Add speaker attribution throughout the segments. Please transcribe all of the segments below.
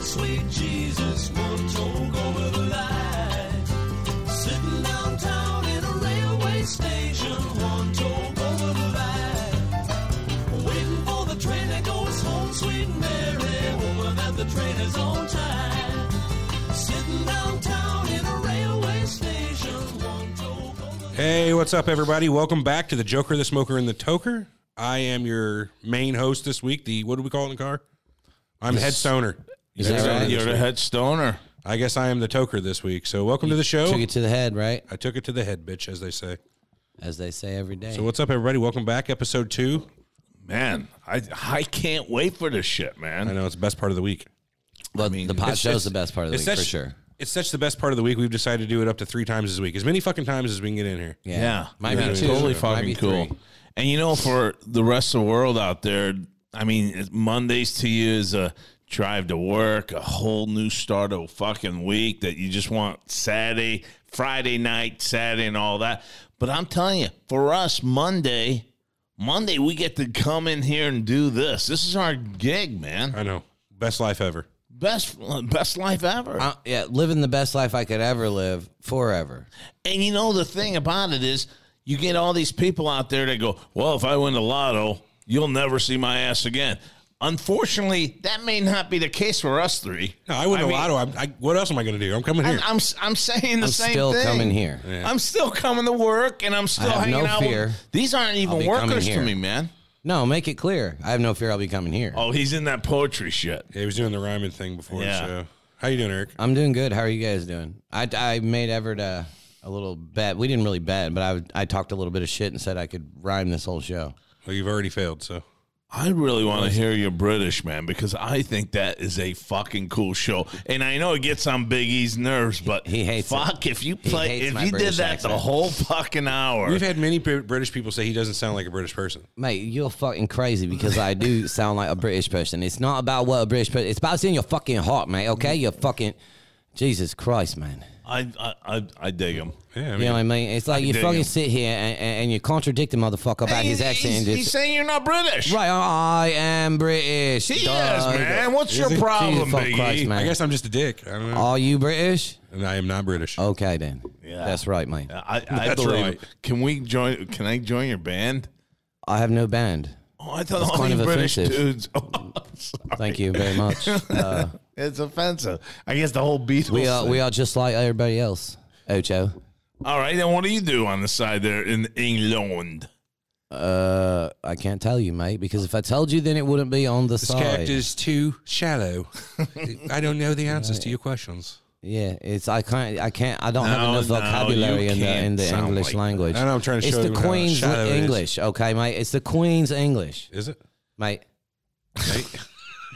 Speaker 1: Sweet Jesus, one toke over the line. Sitting downtown in a railway station, one toke over the line. Waiting for the train that goes home, sweet Mary, woman, that the train is on time. Sitting downtown in a railway station, one toke over the
Speaker 2: Hey, what's up, everybody? Welcome back to the Joker, the Smoker, and the Toker. I am your main host this week. The what do we call it in the car? I'm head stoner.
Speaker 3: Is
Speaker 2: Head
Speaker 3: that
Speaker 2: stoner
Speaker 3: right?
Speaker 2: this
Speaker 3: You're
Speaker 2: week.
Speaker 4: head stoner.
Speaker 2: I guess I am the toker this week. So welcome to the show.
Speaker 3: Took it to the head, right?
Speaker 2: I took it to the head, bitch, as they say.
Speaker 3: As they say every day.
Speaker 2: So what's up, everybody? Welcome back, episode two.
Speaker 4: Man, I I can't wait for this shit,
Speaker 2: I
Speaker 4: man.
Speaker 2: know it's the best part of the week.
Speaker 3: well, the pot
Speaker 2: It's-
Speaker 3: show's
Speaker 2: it's-
Speaker 3: the best part of the
Speaker 2: it's
Speaker 3: week for
Speaker 2: such-
Speaker 3: sure.
Speaker 2: It's such the best part of the week. We've decided to do it up to three times this week, as many fucking times as we can get in here.
Speaker 3: Yeah, might
Speaker 4: Yeah,
Speaker 3: be two.
Speaker 4: totally
Speaker 3: Might
Speaker 4: fucking
Speaker 3: be
Speaker 4: cool.
Speaker 3: three.
Speaker 4: And you know, for the rest of the world out there, I mean, it's- Mondays to you is a drive to work, a whole new start of a fucking week that you just want Saturday, Friday night, Saturday, and all that. But I'm telling you, for us, Monday, Monday, we get to come in here and do this. This is our gig, man.
Speaker 2: I know, best life ever.
Speaker 4: Best, best life ever.
Speaker 3: Uh, yeah, living the best life I could ever live forever.
Speaker 4: And you know the thing about it is, you get all these people out there that go, "Well, if I win the lotto, you'll never see my ass again." Unfortunately, that may not be the case for us three.
Speaker 2: No, I wouldn't
Speaker 4: I
Speaker 2: have
Speaker 4: mean-
Speaker 2: lied. I, I, what else am I going to do? I'm coming
Speaker 4: I'm,
Speaker 2: here.
Speaker 4: I'm, I'm saying the
Speaker 3: I'm
Speaker 4: same
Speaker 3: still
Speaker 4: thing.
Speaker 3: coming here.
Speaker 4: I'm still coming to work, and I'm still
Speaker 3: have
Speaker 4: hanging
Speaker 3: no
Speaker 4: out.
Speaker 3: fear.
Speaker 4: With, these aren't
Speaker 3: I'll
Speaker 4: even
Speaker 3: be coming
Speaker 4: workers to
Speaker 3: here.
Speaker 4: me, man.
Speaker 3: No, make it clear. I have no fear. I'll be coming here.
Speaker 4: Oh, he's in that poetry shit.
Speaker 2: Yeah, he was doing the rhyming thing before
Speaker 4: Yeah.
Speaker 2: the show. How you doing, Eric?
Speaker 3: I'm doing good. How are you guys doing? I, I made Everett a, a little bet. We didn't really bet, but I I talked a little bit of shit and said I could rhyme this whole show.
Speaker 2: Well, you've already failed, so
Speaker 4: I really want to hear your British man because I think that is a fucking cool show, and I know it gets on Big E's nerves, but
Speaker 3: He hates it.
Speaker 4: fuck if you play
Speaker 3: hates
Speaker 4: if
Speaker 3: my
Speaker 4: you
Speaker 3: British
Speaker 4: did that the
Speaker 3: accent.
Speaker 4: whole fucking hour.
Speaker 2: we've had many Br- British people say he doesn't sound like a British person.
Speaker 3: Mate, you're fucking crazy because I do sound like a British person. It's not about what a British person. It's about seeing your fucking heart, mate. Okay, you're fucking Jesus Christ, man.
Speaker 4: I I I, I dig him.
Speaker 2: Yeah, I
Speaker 3: You
Speaker 2: mean,
Speaker 3: know what I mean? It's like you
Speaker 4: dig
Speaker 3: fucking
Speaker 4: him.
Speaker 3: sit here and, and and you contradict a motherfucker about his accent.
Speaker 4: He's,
Speaker 3: and
Speaker 4: he's
Speaker 3: it's-
Speaker 4: saying you're not British.
Speaker 3: right, I am British.
Speaker 4: He is,
Speaker 3: Duh.
Speaker 4: man. What's your
Speaker 2: Jesus
Speaker 4: problem,
Speaker 3: Jesus fuck
Speaker 4: Big
Speaker 3: Christ,
Speaker 4: E?
Speaker 3: man.
Speaker 2: I guess I'm just a dick. I don't know.
Speaker 3: Are you British?
Speaker 2: And I am not British.
Speaker 3: Okay, then.
Speaker 4: Yeah.
Speaker 3: That's right, mate.
Speaker 4: I, I
Speaker 2: That's
Speaker 4: believe.
Speaker 2: right.
Speaker 4: Can we join? Can I join your band?
Speaker 3: I have no band.
Speaker 4: Oh, I thought all
Speaker 3: kind
Speaker 4: you
Speaker 3: of
Speaker 4: British
Speaker 3: offensive.
Speaker 4: dudes. Oh, sorry.
Speaker 3: Thank you very much. Uh,
Speaker 4: It's offensive. I guess the whole Beatles.
Speaker 3: we are
Speaker 4: thing.
Speaker 3: we are just like everybody else. Ocho.
Speaker 4: All right, then what do you do on the side there in England?
Speaker 3: Uh, I can't tell you, mate, because if I told you, then it wouldn't be on the
Speaker 2: this
Speaker 3: side.
Speaker 2: character is too shallow. I don't know the answers to your questions.
Speaker 3: Yeah, it's I can't I can't I don't have
Speaker 4: No,
Speaker 3: enough
Speaker 4: no,
Speaker 3: vocabulary
Speaker 4: you
Speaker 3: in the in
Speaker 4: can't
Speaker 3: the
Speaker 4: sound
Speaker 3: English
Speaker 4: like that.
Speaker 3: language.
Speaker 2: I know, I'm trying to
Speaker 3: it's
Speaker 2: show
Speaker 3: the
Speaker 2: you how
Speaker 3: Queen's
Speaker 2: shallow it is.
Speaker 3: English, okay, mate. It's the Queen's English,
Speaker 2: Is it?
Speaker 3: mate.
Speaker 2: Right?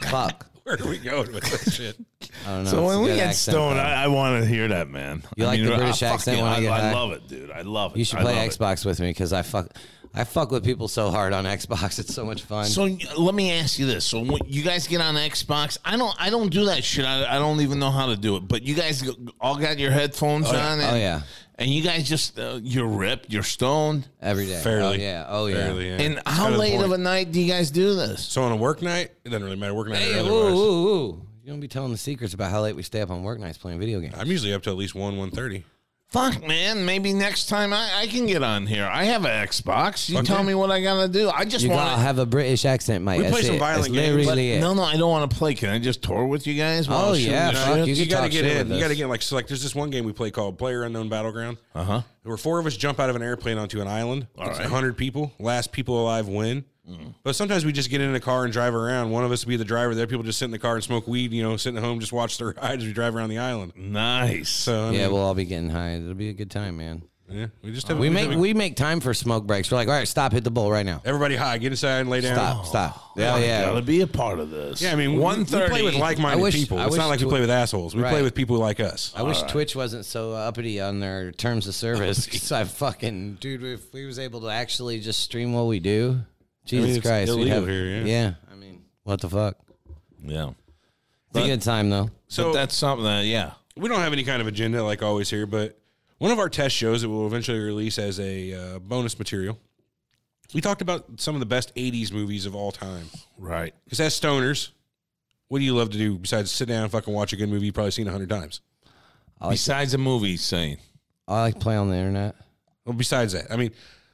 Speaker 3: Fuck.
Speaker 2: Where are we going with this shit?
Speaker 3: I don't know.
Speaker 4: So
Speaker 3: it's a
Speaker 4: when we
Speaker 3: good
Speaker 4: get
Speaker 3: accent,
Speaker 4: stoned,
Speaker 3: though.
Speaker 4: I, I want to hear that, man.
Speaker 3: You
Speaker 4: I
Speaker 3: like the British
Speaker 4: I
Speaker 3: accent when I get
Speaker 4: I,
Speaker 3: high?
Speaker 4: love it, dude. I love it.
Speaker 3: you should
Speaker 4: I
Speaker 3: play
Speaker 4: love it.
Speaker 3: Xbox with me because I fuck I fuck with people so hard on Xbox. It's so much fun.
Speaker 4: So y- let me ask you this: So when you guys get on Xbox, I don't, I don't do that shit. I, I don't even know how to do it. But you guys go- all got your headphones on, and,
Speaker 3: Oh, yeah.
Speaker 4: and you guys just uh, you're ripped, you're stoned.
Speaker 3: Every day.
Speaker 2: Fairly.
Speaker 3: Oh yeah. Oh yeah.
Speaker 2: Fairly, yeah.
Speaker 4: And
Speaker 2: It's
Speaker 4: how
Speaker 2: kind the
Speaker 4: late of
Speaker 2: point.
Speaker 4: a night do you guys do this?
Speaker 2: So on a work night, it doesn't really matter. Work night
Speaker 3: Hey,
Speaker 2: or
Speaker 3: ooh,
Speaker 2: otherwise.
Speaker 3: ooh, ooh. You don't be telling the secrets about how late we stay up on work nights playing video games.
Speaker 2: I'm usually up to at least 1, 1.30.
Speaker 4: Fuck, man. Maybe next time I, I can get on here. I have an Xbox. You
Speaker 2: Fuck
Speaker 4: tell
Speaker 2: yeah.
Speaker 4: me what I gotta do. I just
Speaker 3: You gotta
Speaker 4: want to.
Speaker 3: have a British accent, mate.
Speaker 2: We
Speaker 3: That's
Speaker 2: play some
Speaker 3: it.
Speaker 2: violent
Speaker 3: That's
Speaker 2: games,
Speaker 3: literally it.
Speaker 4: No, no, I don't want to play. Can I just tour with you guys? while
Speaker 3: Oh,
Speaker 4: I'm shooting
Speaker 3: yeah,
Speaker 4: the
Speaker 3: fuck,
Speaker 4: shit?
Speaker 3: you can
Speaker 2: gotta
Speaker 3: talk
Speaker 2: get
Speaker 3: shit
Speaker 2: in.
Speaker 3: with
Speaker 2: You
Speaker 3: us.
Speaker 2: got to get like, so like there's this one game we play called Player Unknown Battleground. Uh
Speaker 3: Uh-huh.
Speaker 2: huh. Where four of us jump out of an airplane onto an island. It's
Speaker 4: right.
Speaker 2: 100 people. Last people alive win.
Speaker 3: Mm.
Speaker 2: But sometimes we just get in a car and drive around. One of us will be the driver. The other people just sit in the car and smoke weed, you know, sitting at home, just watch the ride as we drive around the island.
Speaker 4: Nice.
Speaker 2: So, I
Speaker 3: Yeah,
Speaker 2: mean,
Speaker 3: we'll all be getting high. It'll be a good time, man.
Speaker 2: yeah, we just have
Speaker 3: We
Speaker 2: we
Speaker 3: make
Speaker 2: have-
Speaker 3: we make time for smoke breaks. We're like, all right, stop, hit the bowl right now.
Speaker 2: everybody high, get inside and lay down.
Speaker 3: Stop, stop.
Speaker 2: Oh,
Speaker 3: Oh, Yeah,
Speaker 4: I gotta
Speaker 3: yeah.
Speaker 4: be a part of this.
Speaker 2: Yeah, I mean,
Speaker 4: one
Speaker 2: one we
Speaker 4: thirty
Speaker 2: play with
Speaker 3: I
Speaker 2: like-minded
Speaker 3: wish-
Speaker 2: people.
Speaker 3: I
Speaker 2: It's
Speaker 3: wish
Speaker 2: not like we
Speaker 3: Twi-
Speaker 2: play with assholes. We play
Speaker 3: Right.
Speaker 2: with people like us.
Speaker 3: I wish Twitch wasn't so uppity on their terms of service. 'cause I fucking dude, if we was able to actually just stream what we do, Jesus
Speaker 2: it's
Speaker 3: Christ, we'd
Speaker 2: illegal
Speaker 3: have-
Speaker 2: here, yeah.
Speaker 3: I mean, what the fuck?
Speaker 4: Yeah.
Speaker 3: It's a good time though.
Speaker 4: So
Speaker 2: So-
Speaker 4: that's something that yeah.
Speaker 2: we don't have any kind of agenda like always here, but one of our test shows that we'll eventually release as a uh, bonus material, we talked about some of the best 80s movies of all time.
Speaker 4: Right.
Speaker 2: Because as stoners, What do you love to do besides sit down and fucking watch a good movie you've probably seen a hundred times?
Speaker 4: Besides a movie saying,
Speaker 3: I like to play on the internet.
Speaker 2: Well, besides that, I mean,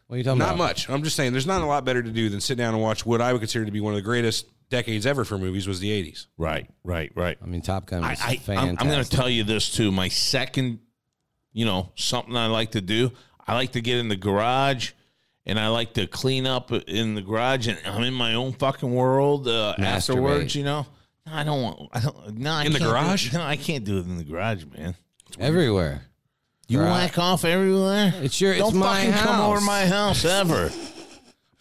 Speaker 3: What are you talking
Speaker 2: not
Speaker 3: about?
Speaker 2: much. I'm just saying, there's not a lot better to do than sit down and watch what I would consider to be one of the greatest decades ever for movies was the '80s.
Speaker 4: right, right, right.
Speaker 3: I mean, Top Gun was
Speaker 4: I, I, I'm,
Speaker 3: fantastic.
Speaker 4: I'm going to tell you this too. My second, you know, something I like to do. I like to get in the garage, and I like to clean up in the garage, and I'm in my own fucking world uh, afterwards. You know, no, I don't want. I don't. No, I
Speaker 2: In the
Speaker 4: can't do-
Speaker 2: garage?
Speaker 4: no, I can't do it in the garage, man.
Speaker 3: everywhere.
Speaker 4: You
Speaker 3: Right.
Speaker 4: whack off everywhere.
Speaker 3: It's your- it's
Speaker 4: Don't
Speaker 3: my
Speaker 4: fucking come
Speaker 3: house.
Speaker 4: over my house ever.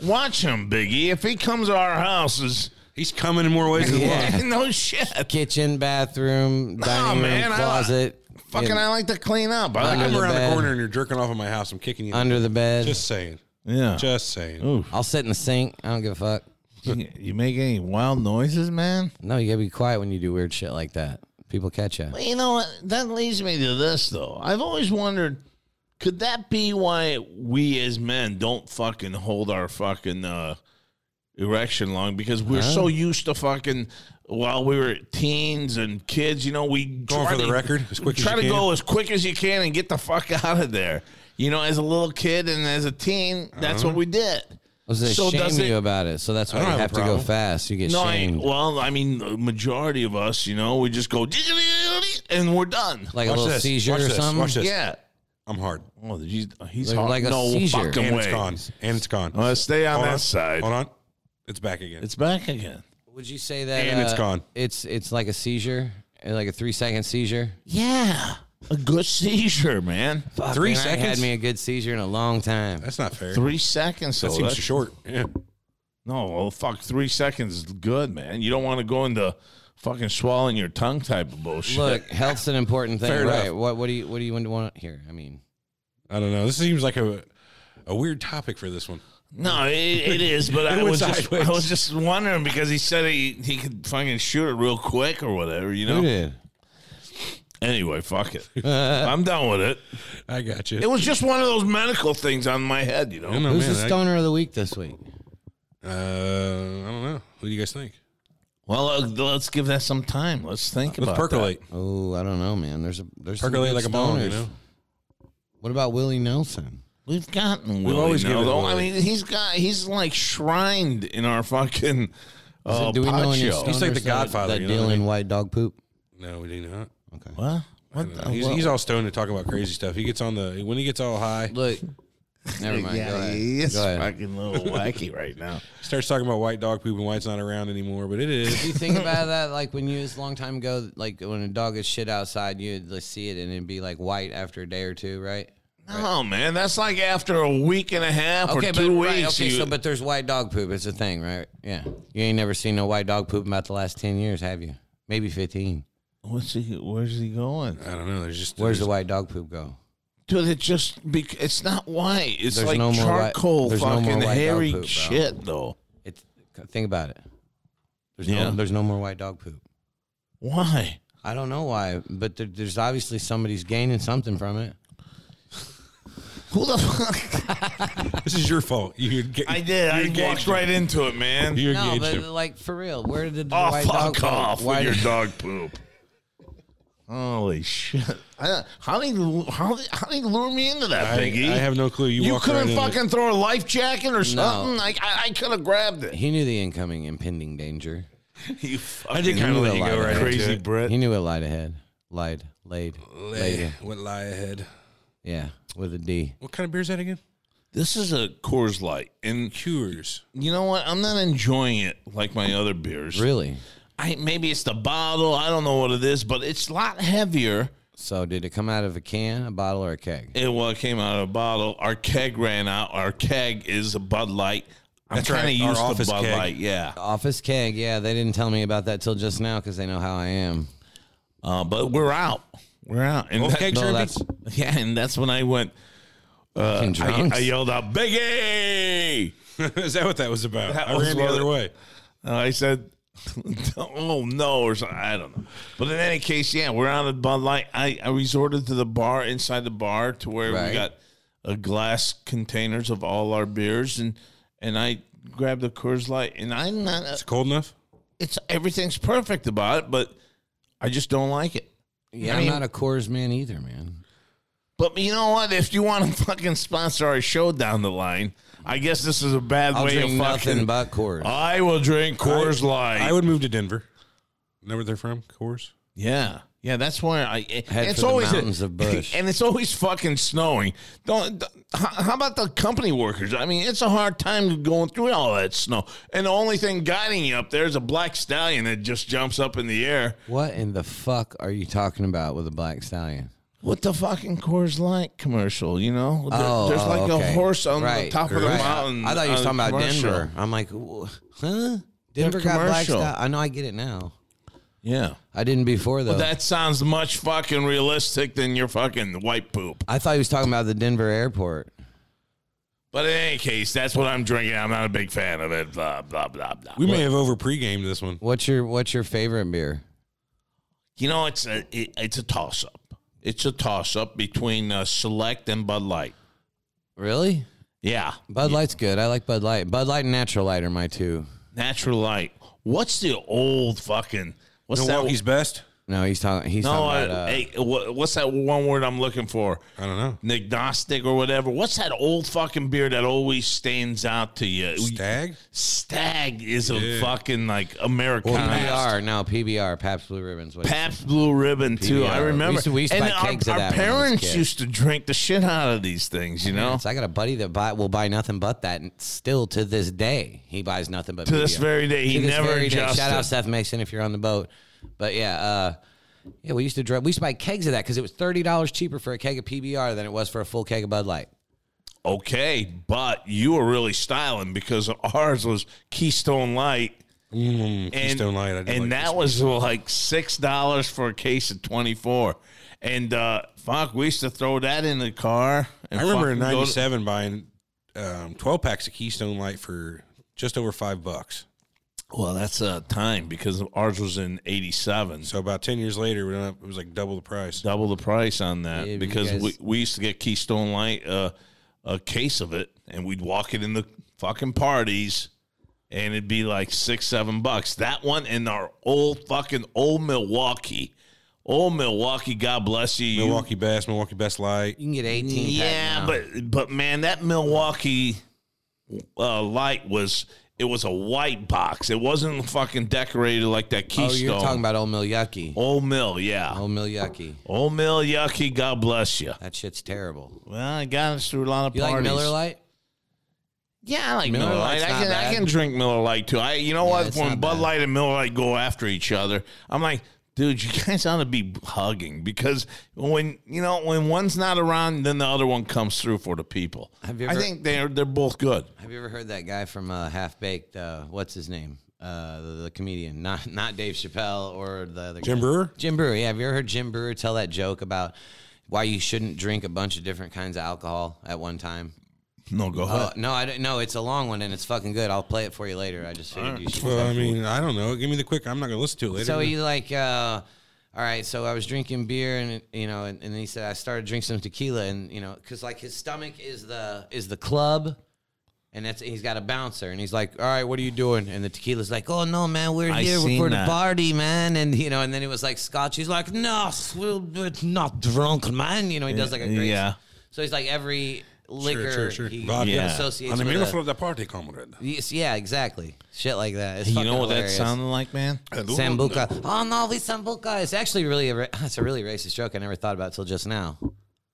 Speaker 4: Watch him, Biggie. If he comes to our houses,
Speaker 2: He's coming in more ways than one.
Speaker 3: Yeah.
Speaker 4: no shit.
Speaker 3: Kitchen, bathroom,
Speaker 2: Oh,
Speaker 3: dining room,
Speaker 4: man, I-
Speaker 3: closet.
Speaker 4: Fucking,
Speaker 3: in-
Speaker 4: I like to clean up. I
Speaker 2: I
Speaker 4: like
Speaker 2: come
Speaker 3: Under the
Speaker 2: around the
Speaker 3: bed.
Speaker 2: corner and you're jerking off at my house. I'm kicking you.
Speaker 3: under the bed.
Speaker 2: just saying.
Speaker 4: yeah.
Speaker 2: Just saying.
Speaker 3: I'll sit in the sink. I don't give a fuck.
Speaker 4: You you make any wild noises, man?
Speaker 3: No, you gotta be quiet when you do weird shit like that. People catch you.
Speaker 4: You know what? That leads me to this, though. I've always wondered could that be why we as men don't fucking hold our fucking uh, erection long? Because we're so used to fucking. While we were teens and kids, you know, we
Speaker 2: Going for the record, as quick as
Speaker 4: try
Speaker 2: you
Speaker 4: to
Speaker 2: can.
Speaker 4: go as quick as you can and get the fuck out of there. You know, as a little kid and as a teen, that's
Speaker 2: Uh-huh.
Speaker 4: what we did.
Speaker 3: Was they
Speaker 4: So does
Speaker 3: shame you
Speaker 4: it-
Speaker 3: about it? So that's why
Speaker 2: I
Speaker 3: you
Speaker 2: don't have
Speaker 3: have
Speaker 2: a
Speaker 3: to go
Speaker 2: problem.
Speaker 3: fast. You get
Speaker 4: No, I,
Speaker 3: shamed.
Speaker 4: well, I mean, the majority of us, you know, we just go and we're done.
Speaker 3: like a
Speaker 2: Watch
Speaker 3: little
Speaker 2: this.
Speaker 3: seizure
Speaker 2: Watch
Speaker 3: or
Speaker 2: this.
Speaker 3: something.
Speaker 2: Watch this.
Speaker 4: yeah.
Speaker 2: I'm hard.
Speaker 4: Oh, he's, he's
Speaker 3: Like-
Speaker 4: hard.
Speaker 3: like a
Speaker 4: no
Speaker 3: seizure.
Speaker 4: fucking
Speaker 2: And it's
Speaker 4: way.
Speaker 2: gone. And it's gone.
Speaker 4: Uh, stay on
Speaker 2: Hold
Speaker 4: that
Speaker 2: on.
Speaker 4: side.
Speaker 2: Hold on. It's back again.
Speaker 4: It's back again.
Speaker 3: Would you say that?
Speaker 2: And it's
Speaker 3: uh,
Speaker 2: gone.
Speaker 3: It's it's like a seizure, uh, like a three second seizure.
Speaker 4: Yeah, a good seizure, man.
Speaker 3: Fuck,
Speaker 2: Three
Speaker 3: man, I ain't had
Speaker 2: seconds?
Speaker 3: me a good seizure in a long time.
Speaker 2: That's not fair.
Speaker 4: Three seconds.
Speaker 2: that
Speaker 4: though.
Speaker 2: seems
Speaker 4: That-
Speaker 2: short. Yeah.
Speaker 4: no, well, fuck, three seconds is good, man. You don't want to go into fucking swallowing your tongue type of bullshit.
Speaker 3: Look, health's an important thing,
Speaker 2: Fair
Speaker 3: right?
Speaker 2: enough.
Speaker 3: What what do you what do you want here? I mean,
Speaker 2: I don't know. This seems like a a weird topic for this one.
Speaker 4: no, it, it is, but I
Speaker 2: went
Speaker 4: was just,
Speaker 2: sideways.
Speaker 4: I was just wondering because he said he he could fucking shoot it real quick or whatever, you know.
Speaker 3: did?
Speaker 4: Anyway, fuck it. I'm done with it.
Speaker 2: I got you.
Speaker 4: It was just one of those medical things on my head, you know.
Speaker 2: I don't know,
Speaker 3: Who's
Speaker 2: man.
Speaker 3: the
Speaker 2: I-
Speaker 3: stoner of the week this week?
Speaker 2: uh, I don't know. What do you guys think?
Speaker 4: Well, uh, let's give that some time. Let's think
Speaker 2: Let's
Speaker 4: about
Speaker 2: percolate.
Speaker 3: Oh, I don't know, man. There's a there's some
Speaker 2: Percolate
Speaker 3: good
Speaker 2: like a bomb, you
Speaker 3: stoners.
Speaker 2: know?
Speaker 3: What about Willie Nelson?
Speaker 4: that. We've gotten Willie
Speaker 2: always
Speaker 4: now,
Speaker 2: given
Speaker 4: though. I
Speaker 2: Willie.
Speaker 4: mean, he's got he's like shrined in our fucking uh,
Speaker 3: do we
Speaker 4: pot
Speaker 3: know any
Speaker 4: show.
Speaker 2: He's like the
Speaker 3: stoners that-
Speaker 2: Godfather,
Speaker 3: that
Speaker 2: you know
Speaker 3: deal
Speaker 2: what I
Speaker 3: in
Speaker 2: mean?
Speaker 3: white dog poop?
Speaker 2: No, we do not.
Speaker 3: Okay.
Speaker 4: What? What? The,
Speaker 2: He's, he's all stoned and talking about crazy stuff. He gets on the when he gets all high,
Speaker 3: Look, never mind. go
Speaker 4: yeah,
Speaker 3: ahead.
Speaker 4: he's
Speaker 3: Go ahead.
Speaker 4: fucking little wacky right now.
Speaker 2: starts talking about white dog poop and white's not around anymore. But it
Speaker 3: Do
Speaker 2: is.
Speaker 3: you think about that? Like when you was a long time ago, like when a dog is shit outside, you'd like, see it and it'd be like white after a day or two, right?
Speaker 4: No, man, that's like after a week and a half or two
Speaker 3: right,
Speaker 4: weeks.
Speaker 3: okay,
Speaker 4: you-
Speaker 3: so but there's white dog poop. It's a thing, right? Yeah, you ain't never seen no white dog poop in about the last ten years, have you? Maybe fifteen.
Speaker 4: What's he? Where's he going?
Speaker 2: I don't know. There's just
Speaker 3: Where's the white dog poop go?
Speaker 4: Dude, it just be, it's not white. It's
Speaker 3: There's
Speaker 4: like
Speaker 3: no more white-
Speaker 4: charcoal,
Speaker 3: there's no more
Speaker 4: fucking
Speaker 3: white dog
Speaker 4: hairy
Speaker 3: poop, bro.
Speaker 4: shit, though.
Speaker 3: It's think about it. There's
Speaker 4: Yeah.
Speaker 3: no, there's no more white dog poop.
Speaker 4: Why?
Speaker 3: I don't know why, but there, there's obviously somebody's gaining something from it.
Speaker 4: Who the fuck?
Speaker 2: this is your fault. You
Speaker 4: I did. I
Speaker 2: engaged
Speaker 4: walked right into it, man.
Speaker 2: You
Speaker 3: No,
Speaker 2: engaged
Speaker 3: but
Speaker 2: him.
Speaker 3: like for real, where did the
Speaker 4: oh,
Speaker 3: white dog
Speaker 4: fuck
Speaker 3: poop-
Speaker 4: off
Speaker 3: why
Speaker 4: with your
Speaker 3: did-
Speaker 4: dog poop. Holy shit! I, how did you, how did, how did you lure me into that,
Speaker 2: I,
Speaker 4: Biggie?
Speaker 2: I have no clue. You,
Speaker 4: E. you
Speaker 2: walked right
Speaker 4: couldn't
Speaker 2: into it.
Speaker 4: fucking throw a life jacket or something. I, I, I could have grabbed it.
Speaker 3: He knew the incoming impending danger.
Speaker 4: You
Speaker 2: I
Speaker 4: fucking
Speaker 2: did kind of
Speaker 3: knew
Speaker 2: let
Speaker 3: that
Speaker 2: you go
Speaker 3: line.
Speaker 2: right
Speaker 4: crazy
Speaker 2: into
Speaker 4: Brit.
Speaker 3: He knew it lied ahead. Lied. Laid.
Speaker 2: it.
Speaker 3: Laid.
Speaker 2: What lie ahead?
Speaker 3: Yeah. With a D.
Speaker 2: What kind of beer is that again?
Speaker 4: This is a Coors Light, and
Speaker 2: Cures.
Speaker 4: you know what? I'm not enjoying it like my other beers.
Speaker 3: Really?
Speaker 4: I maybe it's the bottle. I don't know what it is, but it's a lot heavier.
Speaker 3: So did it come out of a can, a bottle, or a keg?
Speaker 4: It well, it came out of a bottle. Our keg ran out. Our keg is a Bud Light. I'm
Speaker 2: That's
Speaker 4: kind of
Speaker 2: right, our
Speaker 4: used to
Speaker 2: office
Speaker 4: Bud
Speaker 2: keg.
Speaker 4: Light. Yeah,
Speaker 3: Office keg. Yeah, they didn't tell me about that till just now because they know how I am.
Speaker 4: uh, but we're out. We're out. And
Speaker 2: Both
Speaker 4: that-
Speaker 2: keg
Speaker 3: no,
Speaker 2: sure
Speaker 3: that's-
Speaker 2: beats-
Speaker 4: yeah, and that's when I went.
Speaker 3: Fucking
Speaker 4: Uh, I,
Speaker 3: drunks.
Speaker 4: I uh, yelled out, "Biggie!"
Speaker 2: Is that what that was about?
Speaker 4: That
Speaker 2: I
Speaker 4: was
Speaker 2: ran the
Speaker 4: what
Speaker 2: other
Speaker 4: it-
Speaker 2: way.
Speaker 4: Uh, I said, "Oh no," or something. I don't know. But in any case, yeah, we're out of Bud Light. I, I resorted to the bar inside the bar to where
Speaker 3: Right.
Speaker 4: we got a glass containers of all our beers, and and I grabbed a Coors Light, and I'm not.
Speaker 2: It's cold enough.
Speaker 4: it's everything's perfect about it, but I just don't like it.
Speaker 3: Yeah, I
Speaker 4: I mean-
Speaker 3: am not a Coors man either, man.
Speaker 4: But you know what? If you want to fucking sponsor our show down the line, I guess this is a bad
Speaker 3: I'll
Speaker 4: way
Speaker 3: drink
Speaker 4: of
Speaker 3: nothing
Speaker 4: fucking. Uh,
Speaker 3: but Coors.
Speaker 4: I will drink Coors Light.
Speaker 2: I would move to Denver. Isn't that where they're from? Coors.
Speaker 4: yeah, yeah. That's where I. eh,
Speaker 3: Head
Speaker 4: it's
Speaker 3: for the
Speaker 4: always
Speaker 3: mountains of Bush.
Speaker 4: and it's always fucking snowing. Don't. d- How how about the company workers? I mean, it's a hard time going through all that snow, and the only thing guiding you up there is a black stallion that just jumps up in the air.
Speaker 3: what in the fuck are you talking about with a black stallion?
Speaker 4: What the fucking Coors Light commercial? You know, There-
Speaker 3: Oh,
Speaker 4: there's
Speaker 3: oh,
Speaker 4: like
Speaker 3: okay.
Speaker 4: a horse on the
Speaker 3: Right,
Speaker 4: top of the
Speaker 3: right.
Speaker 4: mountain.
Speaker 3: I thought you
Speaker 4: on
Speaker 3: was
Speaker 4: a
Speaker 3: talking about
Speaker 4: commercial.
Speaker 3: Denver. I'm like, wh- huh? Denver got black
Speaker 4: commercial.
Speaker 3: stallion. I know. I get it now.
Speaker 4: Yeah.
Speaker 3: I didn't before though.
Speaker 4: That sounds much fucking realistic than your fucking white poop.
Speaker 3: I thought he was talking about the Denver airport.
Speaker 4: But in any case, that's what I'm drinking. I'm not a big fan of it. Blah blah blah blah.
Speaker 2: We may have over pre-gamed this one.
Speaker 3: What's your What's your favorite beer?
Speaker 4: you know, it's a it, it's a toss up. It's a toss up between uh, Select and Bud Light.
Speaker 3: Really?
Speaker 4: Yeah,
Speaker 3: Bud Light's good. I like Bud Light. Bud Light and Natural Light are my two.
Speaker 4: Natural Light. What's the old fucking what's
Speaker 2: Milwaukee's best.
Speaker 3: No, he's talking. He's
Speaker 4: that? No,
Speaker 3: talking
Speaker 4: uh,
Speaker 3: about. Uh,
Speaker 4: hey, wha- what's that one word I'm looking for?
Speaker 2: I don't know.
Speaker 4: Agnostic or whatever. What's that old fucking beer that always stands out to you?
Speaker 2: Stag.
Speaker 4: Stag is a
Speaker 2: Yeah.
Speaker 4: fucking like American.
Speaker 3: well, PBR. No, PBR. Pabst Blue Ribbons. What
Speaker 4: Pabst Blue Ribbon too.
Speaker 3: PBR.
Speaker 4: I remember.
Speaker 3: We used to- we used to
Speaker 4: and
Speaker 3: buy kegs of
Speaker 4: our, our
Speaker 3: that when I was a
Speaker 4: parents
Speaker 3: kid.
Speaker 4: used to drink the shit out of these things, you know.
Speaker 3: So I got a buddy that buy will buy nothing but that, and still to this day he buys nothing but
Speaker 4: to this
Speaker 3: PBR.
Speaker 4: very day, he
Speaker 3: To this
Speaker 4: never
Speaker 3: very day.
Speaker 4: adjusted.
Speaker 3: Shout out Seth Mason if you're on the boat. But yeah, uh, yeah, we used to drink. We used to buy kegs of that because it was thirty dollars cheaper for a keg of PBR than it was for a full keg of Bud Light.
Speaker 4: Okay, but you were really styling because ours was Keystone Light.
Speaker 2: Mm, Keystone Light. I did
Speaker 4: and
Speaker 2: like
Speaker 4: that
Speaker 2: this.
Speaker 4: was like six dollars for a case of twenty four. And uh, fuck, we used to throw that in the car. And
Speaker 2: I remember in
Speaker 4: fucking go to-
Speaker 2: '97 buying um, 12 packs of Keystone Light for just over five bucks.
Speaker 4: Well, that's a time because ours was in '87, so
Speaker 2: So about 10 years later, we don't- it was like double the price.
Speaker 4: double the price on that
Speaker 3: Yeah, you
Speaker 4: because
Speaker 3: guys-
Speaker 4: we, we used to get Keystone Light uh, a case of it, and we'd walk it in the fucking parties, and it'd be like six, seven bucks. That one and our old fucking old Milwaukee, old Milwaukee. God bless you, you
Speaker 2: Milwaukee Best, Milwaukee Best Light.
Speaker 3: You can get eighteen. pack
Speaker 4: Yeah,
Speaker 3: now.
Speaker 4: but but man, that Milwaukee uh, light was it was a white box. It wasn't fucking decorated like that
Speaker 3: oh,
Speaker 4: Keystone.
Speaker 3: you're talking Oh. about Old Mill Yucky.
Speaker 4: Old Mill, yeah.
Speaker 3: Old Mill Yucky.
Speaker 4: Old Mill, yucky. God bless you.
Speaker 3: That shit's terrible.
Speaker 4: Well, it got us through a lot of
Speaker 3: You like
Speaker 4: parties.
Speaker 3: Miller Lite?
Speaker 4: Yeah, I like Miller,
Speaker 3: Miller
Speaker 4: Lite.
Speaker 3: Lite's
Speaker 4: I
Speaker 3: not
Speaker 4: can, I
Speaker 3: bad.
Speaker 4: can drink Miller Lite too. I, you know what?
Speaker 3: it's
Speaker 4: When
Speaker 3: not
Speaker 4: Bud
Speaker 3: bad.
Speaker 4: Light and Miller Lite go after each other, I'm like, dude, you guys ought to be hugging because when you know when one's not around, then the other one comes through for the people.
Speaker 3: Have you
Speaker 4: I
Speaker 3: ever-
Speaker 4: think they're they're both good.
Speaker 3: Have you ever heard that guy from uh, Half Baked? Uh, what's his name? Uh, the, the comedian, not not Dave Chappelle or the other
Speaker 2: Jim
Speaker 3: guy.
Speaker 2: Brewer?
Speaker 3: Jim Brewer. Yeah, have you ever heard Jim Brewer tell that joke about why you shouldn't drink a bunch of different kinds of alcohol at one time?
Speaker 4: No, go
Speaker 3: Oh,
Speaker 4: ahead.
Speaker 3: no, I don't. No, it's a long one and it's fucking good. I'll play it for you later. I just figured you should.
Speaker 2: Well, I mean, I don't know. Give me the quick. I'm not going to listen to it later.
Speaker 3: So he like, uh, all right. So I was drinking beer, and you know, and, and he said I started drinking some tequila, and you know, because like his stomach is the is the club, and that's he's got a bouncer, and he's like, all right, what are you doing? And the tequila's like, oh no, man, we're
Speaker 4: I
Speaker 3: here
Speaker 4: seen
Speaker 3: for
Speaker 4: that.
Speaker 3: the party, man, and you know, and then it was like scotch. He's like, no, we're we're not drunk, man. You know, he does like a great.
Speaker 4: Yeah.
Speaker 3: So he's like every liquor
Speaker 2: sure, sure.
Speaker 3: he
Speaker 2: Vodka.
Speaker 4: Yeah.
Speaker 3: associates
Speaker 2: On the
Speaker 3: with.
Speaker 2: middle
Speaker 3: a-
Speaker 2: floor of the party, comrade.
Speaker 3: Yes, yeah, exactly. Shit like that. It's
Speaker 4: You
Speaker 3: fucking
Speaker 4: know what that
Speaker 3: hilarious. Uh,
Speaker 4: sounded like, man?
Speaker 3: Sambuca. Oh no, we Sambuca. It's actually really a ra- it's a really racist joke. I never thought about till just now.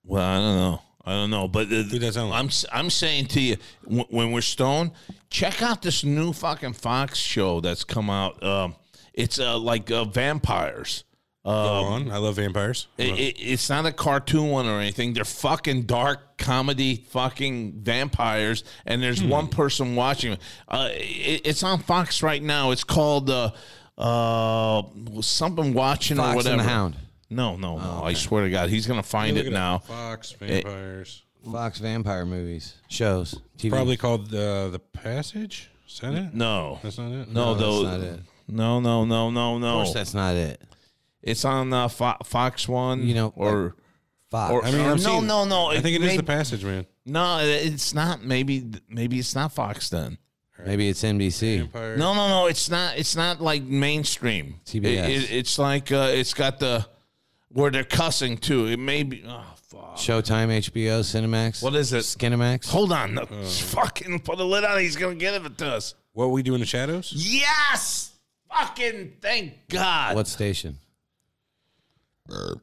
Speaker 4: Well, I don't know. I don't know, but uh,
Speaker 2: does that sound like?
Speaker 4: I'm s- I'm saying to you, w- when we're stoned, check out this new fucking Fox show that's come out. Um, it's uh, like uh, vampires.
Speaker 2: Go on. I love vampires.
Speaker 4: It, it, it's not a cartoon one or anything. They're fucking dark comedy fucking vampires, and there's
Speaker 2: Hmm.
Speaker 4: one person watching. it. Uh, it, it's on Fox right now. It's called uh, uh, something watching or
Speaker 3: Fox
Speaker 4: whatever.
Speaker 3: and the Hound. Oh,
Speaker 4: No, no, no. I swear to God, he's gonna find
Speaker 2: Look
Speaker 4: it
Speaker 2: at
Speaker 4: now.
Speaker 2: that. Fox vampires.
Speaker 3: Fox vampire movies, shows, TV.
Speaker 2: Probably called the the Passage. Is that it?
Speaker 4: No,
Speaker 2: that's not it.
Speaker 4: no,
Speaker 3: that's
Speaker 4: though.
Speaker 3: not it.
Speaker 4: No, no, no, no,
Speaker 3: Of
Speaker 4: no.
Speaker 3: course, that's not it.
Speaker 4: It's on uh, Fo- Fox One.
Speaker 3: You know,
Speaker 4: or
Speaker 3: Fox.
Speaker 4: or
Speaker 2: I mean, I've
Speaker 4: no,
Speaker 2: seen it.
Speaker 4: no, no.
Speaker 2: I think it is
Speaker 4: may-
Speaker 2: the Passage, man.
Speaker 4: No, it's not. Maybe, maybe it's not Fox then.
Speaker 3: Maybe it's NBC.
Speaker 2: Empire.
Speaker 4: No, no, no. It's not. It's not like mainstream.
Speaker 3: TBS.
Speaker 4: It, it, it's like uh, it's got the where they're cussing too. It may be. Oh fuck.
Speaker 3: Showtime, HBO, Cinemax.
Speaker 4: What is it?
Speaker 3: Skinemax.
Speaker 4: Hold on. No,
Speaker 3: uh.
Speaker 4: Fucking put a lid on. it. He's gonna give it to us.
Speaker 2: What we do in the shadows?
Speaker 4: Yes. Fucking thank God.
Speaker 3: What station?
Speaker 2: Uh,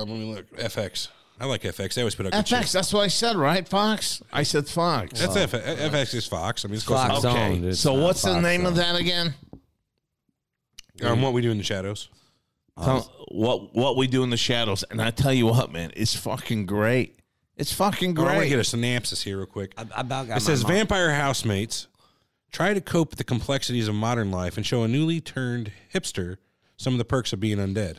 Speaker 2: let me look. FX. I like FX. They always put up good
Speaker 4: FX.
Speaker 2: shit.
Speaker 4: That's what I said, right, Fox? I said Fox.
Speaker 2: That's F- FX is Fox. I mean, it's close
Speaker 3: Fox
Speaker 2: enough.
Speaker 4: okay.
Speaker 3: Zoned, it's
Speaker 4: so
Speaker 3: not
Speaker 4: what's the
Speaker 3: Fox
Speaker 4: name of
Speaker 3: Zoned.
Speaker 4: that again?
Speaker 2: Um, what we do in the shadows?
Speaker 3: Oh,
Speaker 4: Tell- what What we do in the shadows? And I tell you what, man, it's fucking great. It's fucking
Speaker 2: Oh, I want
Speaker 4: great.
Speaker 2: to get a synopsis here real quick.
Speaker 3: I, I about got
Speaker 2: It says
Speaker 3: my mom-
Speaker 2: vampire housemates try to cope with the complexities of modern life and show a newly turned hipster some of the perks of being undead.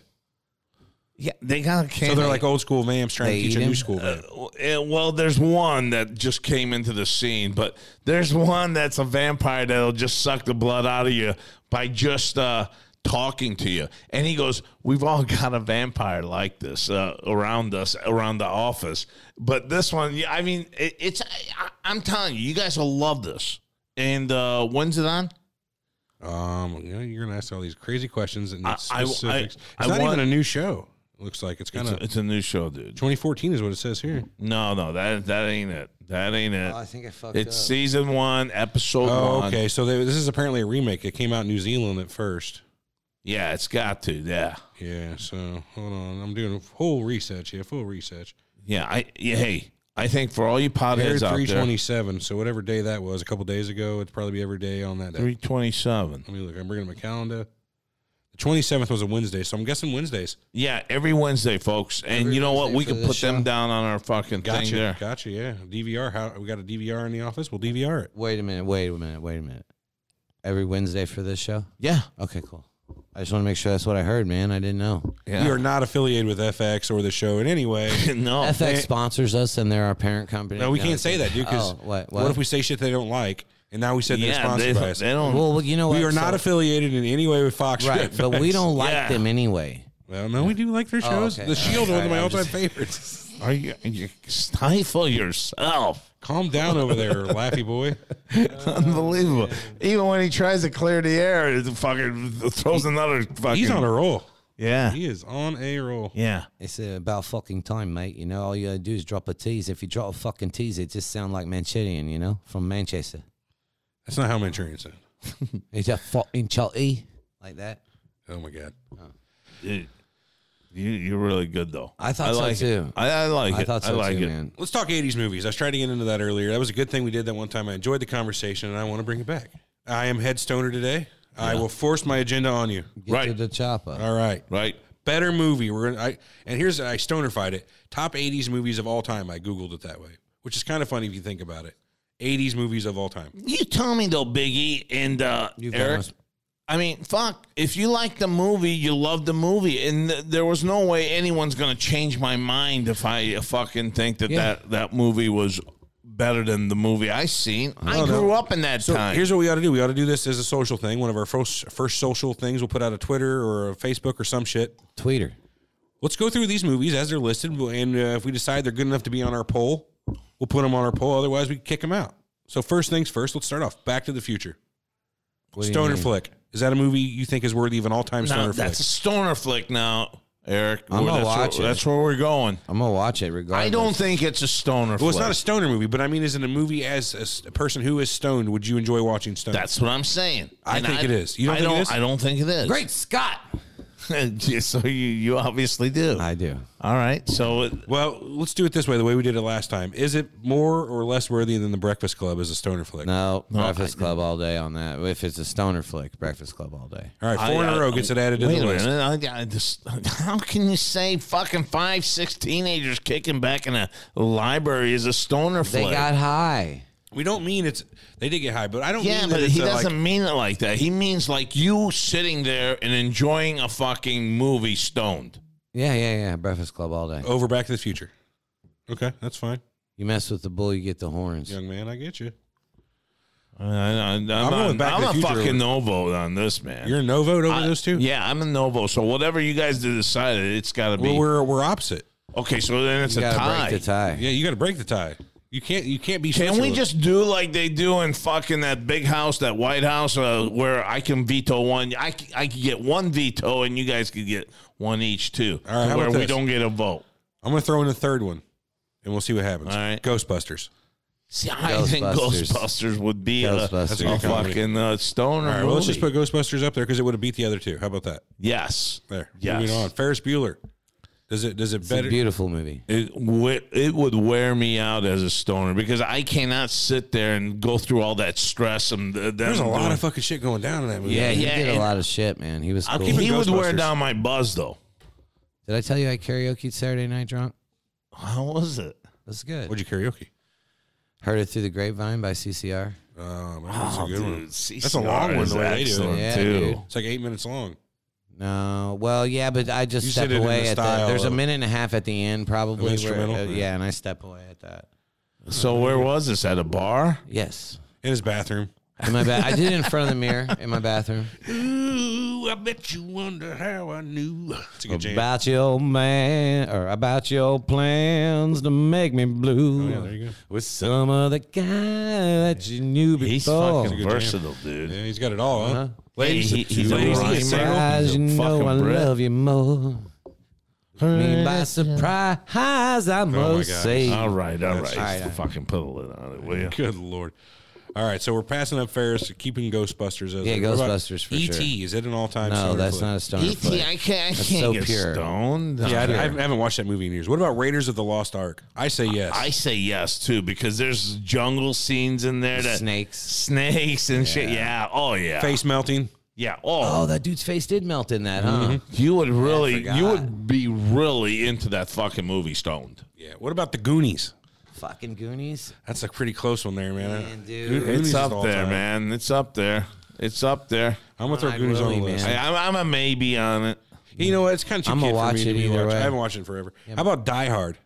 Speaker 4: yeah, they got a
Speaker 2: So
Speaker 4: camera.
Speaker 2: they're like old school vamps trying
Speaker 3: They
Speaker 2: to teach
Speaker 3: eat
Speaker 2: a
Speaker 3: him?
Speaker 2: new school vamp.
Speaker 4: Uh, well, there's one that just came into the scene, but there's one that's a vampire that'll just suck the blood out of you by just uh, talking to you. And he goes, "We've all got a vampire like this uh, around us, around the office." But this one, yeah, I mean, it, it's I, I'm telling you, you guys will love this. And uh, when's it on?
Speaker 2: Um, you know, you're gonna ask all these crazy questions and
Speaker 4: I- I-
Speaker 2: specifics.
Speaker 4: I
Speaker 2: it's not
Speaker 4: want-
Speaker 2: even a new show. It looks like it's kind
Speaker 4: It's
Speaker 2: of
Speaker 4: a, it's a new show, dude.
Speaker 2: 2014 is what it says here.
Speaker 4: No, no, that that ain't it. That ain't it.
Speaker 3: Oh, I think I fucked
Speaker 4: It's
Speaker 3: up.
Speaker 4: season one, episode one.
Speaker 2: Oh, okay. So they, this is apparently a remake. It came out in New Zealand at first.
Speaker 4: Yeah, it's got to. Yeah.
Speaker 2: Yeah. So hold on, I'm doing a full research here. Full research.
Speaker 4: Yeah, I yeah, hey, I think for all you
Speaker 2: Aired
Speaker 4: potheads out there,
Speaker 2: 327. So whatever day that was, a couple days ago, it'd probably be every day on that day.
Speaker 4: three twenty-seven.
Speaker 2: Let me look. I'm bringing up my calendar. The 27th was a Wednesday, so I'm guessing Wednesdays.
Speaker 4: Yeah, every Wednesday, folks, and you know what?
Speaker 3: Wednesday
Speaker 4: We
Speaker 3: for
Speaker 4: could
Speaker 3: this
Speaker 4: put them
Speaker 3: show.
Speaker 4: down on our fucking
Speaker 2: Gotcha.
Speaker 4: thing there.
Speaker 2: Gotcha. Yeah. DVR. How we got a DVR in the office? We'll DVR it.
Speaker 3: Wait a minute. Wait a minute. Wait a minute. Every Wednesday for this show.
Speaker 4: Yeah,
Speaker 3: Okay, cool. I just want to make sure that's what I heard, man. I didn't know.
Speaker 4: yeah.
Speaker 2: We are not affiliated with FX or the show in any way.
Speaker 4: no,
Speaker 3: FX sponsors us, and they're our parent company.
Speaker 2: No, we can't say
Speaker 3: it's-
Speaker 2: that, dude. Because
Speaker 3: Oh, what,
Speaker 2: what?
Speaker 3: what?
Speaker 2: if we say shit they don't like, and now we said they're
Speaker 4: yeah, they,
Speaker 2: sponsored by us?
Speaker 4: they don't.
Speaker 3: Well, you know what?
Speaker 2: We are not
Speaker 3: So-
Speaker 2: affiliated in any way with Fox. or
Speaker 3: right, but we
Speaker 2: FX.
Speaker 3: don't like
Speaker 4: Yeah.
Speaker 3: them anyway.
Speaker 2: Well, no, we do like their shows.
Speaker 3: okay.
Speaker 2: The Shield,
Speaker 3: All
Speaker 2: one
Speaker 3: right,
Speaker 2: of my
Speaker 3: I'm
Speaker 2: all-time
Speaker 3: just-
Speaker 2: favorites.
Speaker 4: are you, you stifle yourself?
Speaker 2: Calm down over there, Laffy Boy.
Speaker 4: Unbelievable. Even when he tries to clear the air, it fucking throws another fucking.
Speaker 2: He's on a roll.
Speaker 4: yeah,
Speaker 2: He is on a roll.
Speaker 4: yeah.
Speaker 3: It's uh, about fucking time, mate. You know, all you gotta do is drop a tease. If you drop a fucking tease, it just sound like Manchurian, you know, from Manchester.
Speaker 2: That's not how Manchurian said.
Speaker 3: It's a fucking chutty like that.
Speaker 2: Oh my god.
Speaker 4: Dude, you you're really good though.
Speaker 3: I thought so,
Speaker 4: like it.
Speaker 3: too.
Speaker 4: I, I like
Speaker 3: I
Speaker 4: it.
Speaker 3: thought so
Speaker 4: I like
Speaker 3: too,
Speaker 4: it.
Speaker 3: man.
Speaker 2: Let's talk 80s movies. I was trying to get into that earlier. That was a good thing we did that one time. I enjoyed the conversation and I want to bring it back. I am head stoner today. I will force my agenda on you.
Speaker 3: Get
Speaker 4: Right.
Speaker 3: to the chopper.
Speaker 2: All right.
Speaker 4: Right.
Speaker 2: Better movie. We're gonna, I and here's I stonerfied it. Top 80s movies of all time. I googled it that way, which is kind of funny if you think about it. 80s movies of all time.
Speaker 4: You tell me though, Biggie and uh,
Speaker 3: You've
Speaker 4: Eric.
Speaker 3: almost-
Speaker 4: I mean, fuck. If you like the movie, you love the movie, and th- there was no way anyone's gonna change my mind if I fucking think that
Speaker 3: Yeah.
Speaker 4: that, that movie was better than the movie I seen. I
Speaker 2: no.
Speaker 4: grew up in that
Speaker 2: So
Speaker 4: time.
Speaker 2: here's what we ought to do. We ought to do this as a social thing. One of our first first social things. We'll put out a Twitter or a Facebook or some shit.
Speaker 3: Tweeter.
Speaker 2: Let's go through these movies as they're listed, and uh, if we decide they're good enough to be on our poll, we'll put them on our poll. Otherwise, we can kick them out. So first things first. Let's start off. Back to the Future.
Speaker 3: What do you
Speaker 2: Stoner
Speaker 3: mean?
Speaker 2: flick. Is that a movie you think is worthy of an all-time
Speaker 4: now,
Speaker 2: stoner
Speaker 4: that's a
Speaker 2: flick?
Speaker 4: stoner flick now, Eric.
Speaker 3: I'm gonna
Speaker 4: that's
Speaker 3: watch
Speaker 4: where,
Speaker 3: it.
Speaker 4: That's where we're going.
Speaker 3: I'm gonna watch it regardless.
Speaker 4: I don't think it's a stoner.
Speaker 2: Well,
Speaker 4: flick.
Speaker 2: it's not a stoner movie, but I mean, is it a movie as a s- a, person who is stoned? Would you enjoy watching stoned?
Speaker 4: That's what I'm saying.
Speaker 2: I think it is. You don't
Speaker 4: I
Speaker 2: think it
Speaker 4: don't.
Speaker 2: is?
Speaker 4: I don't think it is.
Speaker 3: Great Scott.
Speaker 4: Great. so you you obviously do.
Speaker 3: I do.
Speaker 4: All right. So it-
Speaker 2: well, let's do it this way, the way we did it last time. Is it more or less worthy than The Breakfast Club as a stoner flick?
Speaker 3: No, Breakfast Club all day on that. If it's a stoner flick, Breakfast Club all day.
Speaker 2: All right, four in
Speaker 4: I-
Speaker 2: a
Speaker 4: I-
Speaker 2: row gets it added to
Speaker 4: Wait
Speaker 2: the
Speaker 4: a
Speaker 2: list.
Speaker 4: minute. I, I just, how can you say fucking five, six teenagers kicking back in a library is a stoner
Speaker 3: They
Speaker 4: flick?
Speaker 3: got high.
Speaker 2: We don't mean it's they did get high, but I don't.
Speaker 4: yeah,
Speaker 2: mean
Speaker 4: but
Speaker 2: that it's
Speaker 4: he
Speaker 2: a, like-
Speaker 4: doesn't mean it like that. He means like you sitting there and enjoying a fucking movie stoned.
Speaker 3: Yeah, yeah, yeah. Breakfast Club all day.
Speaker 2: over Back to the Future. Okay, that's fine,
Speaker 3: You mess with the bull, you get the horns.
Speaker 2: young man. I get you.
Speaker 4: I, I, I'm,
Speaker 2: going
Speaker 4: not-
Speaker 2: Back to
Speaker 4: I'm
Speaker 2: the
Speaker 4: a
Speaker 2: Future
Speaker 4: fucking
Speaker 2: over-
Speaker 4: no vote on this, man.
Speaker 2: You're a no vote over
Speaker 4: I-
Speaker 2: those two.
Speaker 4: Yeah, I'm a no vote. So whatever you guys decide, it's got to be.
Speaker 2: well, we're we're opposite.
Speaker 4: okay, so then it's
Speaker 3: You
Speaker 4: a
Speaker 3: gotta
Speaker 4: tie.
Speaker 3: break the tie.
Speaker 2: Yeah, you got to break the tie. You can't. You can't be.
Speaker 4: Can we
Speaker 2: socialist.
Speaker 4: just do like they do in fucking that big house, that White House, uh, where I can veto one? I, c- I could get one veto and you guys could get one each, too.
Speaker 2: All right, how
Speaker 4: where
Speaker 2: about
Speaker 4: we
Speaker 2: this?
Speaker 4: don't get a vote.
Speaker 2: I'm gonna throw in a third one, and we'll see what happens.
Speaker 4: All right.
Speaker 2: Ghostbusters.
Speaker 4: See, I think
Speaker 3: Ghostbusters.
Speaker 4: Ghostbusters would be a,
Speaker 3: Ghostbusters.
Speaker 4: a fucking uh, stoner.
Speaker 2: All right. Well, let's just
Speaker 4: movie.
Speaker 2: put Ghostbusters up there because it would have beat the other two. How about that?
Speaker 4: Yes.
Speaker 2: There.
Speaker 4: Yes.
Speaker 2: Moving on. Ferris Bueller. Does it? Does it
Speaker 3: It's a
Speaker 2: better?
Speaker 3: beautiful movie.
Speaker 4: It would it would wear me out as a stoner because I cannot sit there and go through all that stress and the,
Speaker 2: There's a lot of fucking shit going down in that movie.
Speaker 3: Yeah, he
Speaker 4: yeah,
Speaker 3: did a
Speaker 4: and-
Speaker 3: lot of shit, man. He was cool.
Speaker 2: keep it-
Speaker 4: He would wear
Speaker 2: Ghostbusters.
Speaker 4: down my buzz though.
Speaker 3: Did I tell you I karaoke Saturday night drunk?
Speaker 4: How was it?
Speaker 3: That's good.
Speaker 2: What'd you karaoke?
Speaker 3: Heard it through the grapevine by CCR.
Speaker 2: Oh, man, that's a good one.
Speaker 4: That's
Speaker 2: a long one, the way they do it.
Speaker 3: Yeah, dude.
Speaker 2: It's like eight minutes long.
Speaker 3: No, well, yeah, but I just
Speaker 2: You
Speaker 3: step
Speaker 2: said it in
Speaker 3: away
Speaker 2: the
Speaker 3: at
Speaker 2: style
Speaker 3: the. There's a
Speaker 2: of-
Speaker 3: minute and a half at the end, probably. where-
Speaker 2: instrumental?
Speaker 3: uh,
Speaker 2: Yeah.
Speaker 3: yeah, and I step away at that.
Speaker 4: So where was this? At a bar?
Speaker 3: Yes,
Speaker 2: In his bathroom.
Speaker 3: in my ba- I did it in front of the mirror in my bathroom.
Speaker 4: Ooh, I bet you wonder how I knew.
Speaker 2: It's a good jam.
Speaker 3: About your man, or about your plans to make me
Speaker 2: Oh,
Speaker 3: blue.
Speaker 2: yeah, there you go.
Speaker 3: With some other guy that you knew before.
Speaker 4: He's fucking
Speaker 2: good jam.
Speaker 4: versatile, dude.
Speaker 2: Yeah, he's got it all, huh?
Speaker 3: Uh-huh.
Speaker 4: Ladies, he, he's a
Speaker 2: ladies,
Speaker 4: rhymer.
Speaker 2: he's a
Speaker 3: Surprise,
Speaker 4: He's a
Speaker 3: you know
Speaker 4: fucking
Speaker 3: I
Speaker 4: Brit.
Speaker 3: love you more. Me by surprise, I must
Speaker 2: gosh.
Speaker 3: say.
Speaker 4: All right, all right.
Speaker 2: That's-
Speaker 3: All right, all right.
Speaker 4: Fucking put a lid on it, will you?
Speaker 2: Good lord. All right, so we're passing up Ferris, keeping Ghostbusters as
Speaker 3: Yeah,
Speaker 2: it. What about
Speaker 3: Ghostbusters for
Speaker 2: E.T.
Speaker 3: sure.
Speaker 2: Is it an all-time?
Speaker 3: No,
Speaker 2: stoner
Speaker 3: that's
Speaker 2: flick?
Speaker 3: not a stoner. flick.
Speaker 4: can't,
Speaker 3: That's so pure.
Speaker 4: stoned.
Speaker 2: Yeah, I, I haven't watched that movie in years. What about Raiders of the Lost Ark? I say yes.
Speaker 4: I say yes too because there's jungle scenes in there that
Speaker 3: Snakes.
Speaker 4: snakes and shit. Yeah. Oh yeah.
Speaker 2: Face melting.
Speaker 4: Yeah.
Speaker 3: Oh,
Speaker 4: Oh,
Speaker 3: that dude's face did melt in that, huh?
Speaker 2: Mm-hmm.
Speaker 4: you would really,
Speaker 3: Oh, forgot.
Speaker 4: you would be really into that fucking movie stoned.
Speaker 2: Yeah. What about the Goonies?
Speaker 3: Fucking Goonies.
Speaker 2: That's a pretty close one there, man.
Speaker 3: Man, dude.
Speaker 2: Go-
Speaker 3: It's
Speaker 2: Goonies is
Speaker 4: It's up
Speaker 2: all
Speaker 4: there,
Speaker 2: time.
Speaker 4: man. It's up there. It's up there.
Speaker 2: I'm gonna throw
Speaker 3: Not
Speaker 2: Goonies on
Speaker 3: really,
Speaker 2: the list.
Speaker 4: I, I'm, I'm a maybe on it.
Speaker 2: You know what? It's kind of too
Speaker 3: I'ma
Speaker 2: kid for
Speaker 3: watch
Speaker 2: me
Speaker 3: it
Speaker 2: to be
Speaker 3: either
Speaker 2: watching.
Speaker 3: way.
Speaker 2: I haven't watched it in forever. How about Die Hard?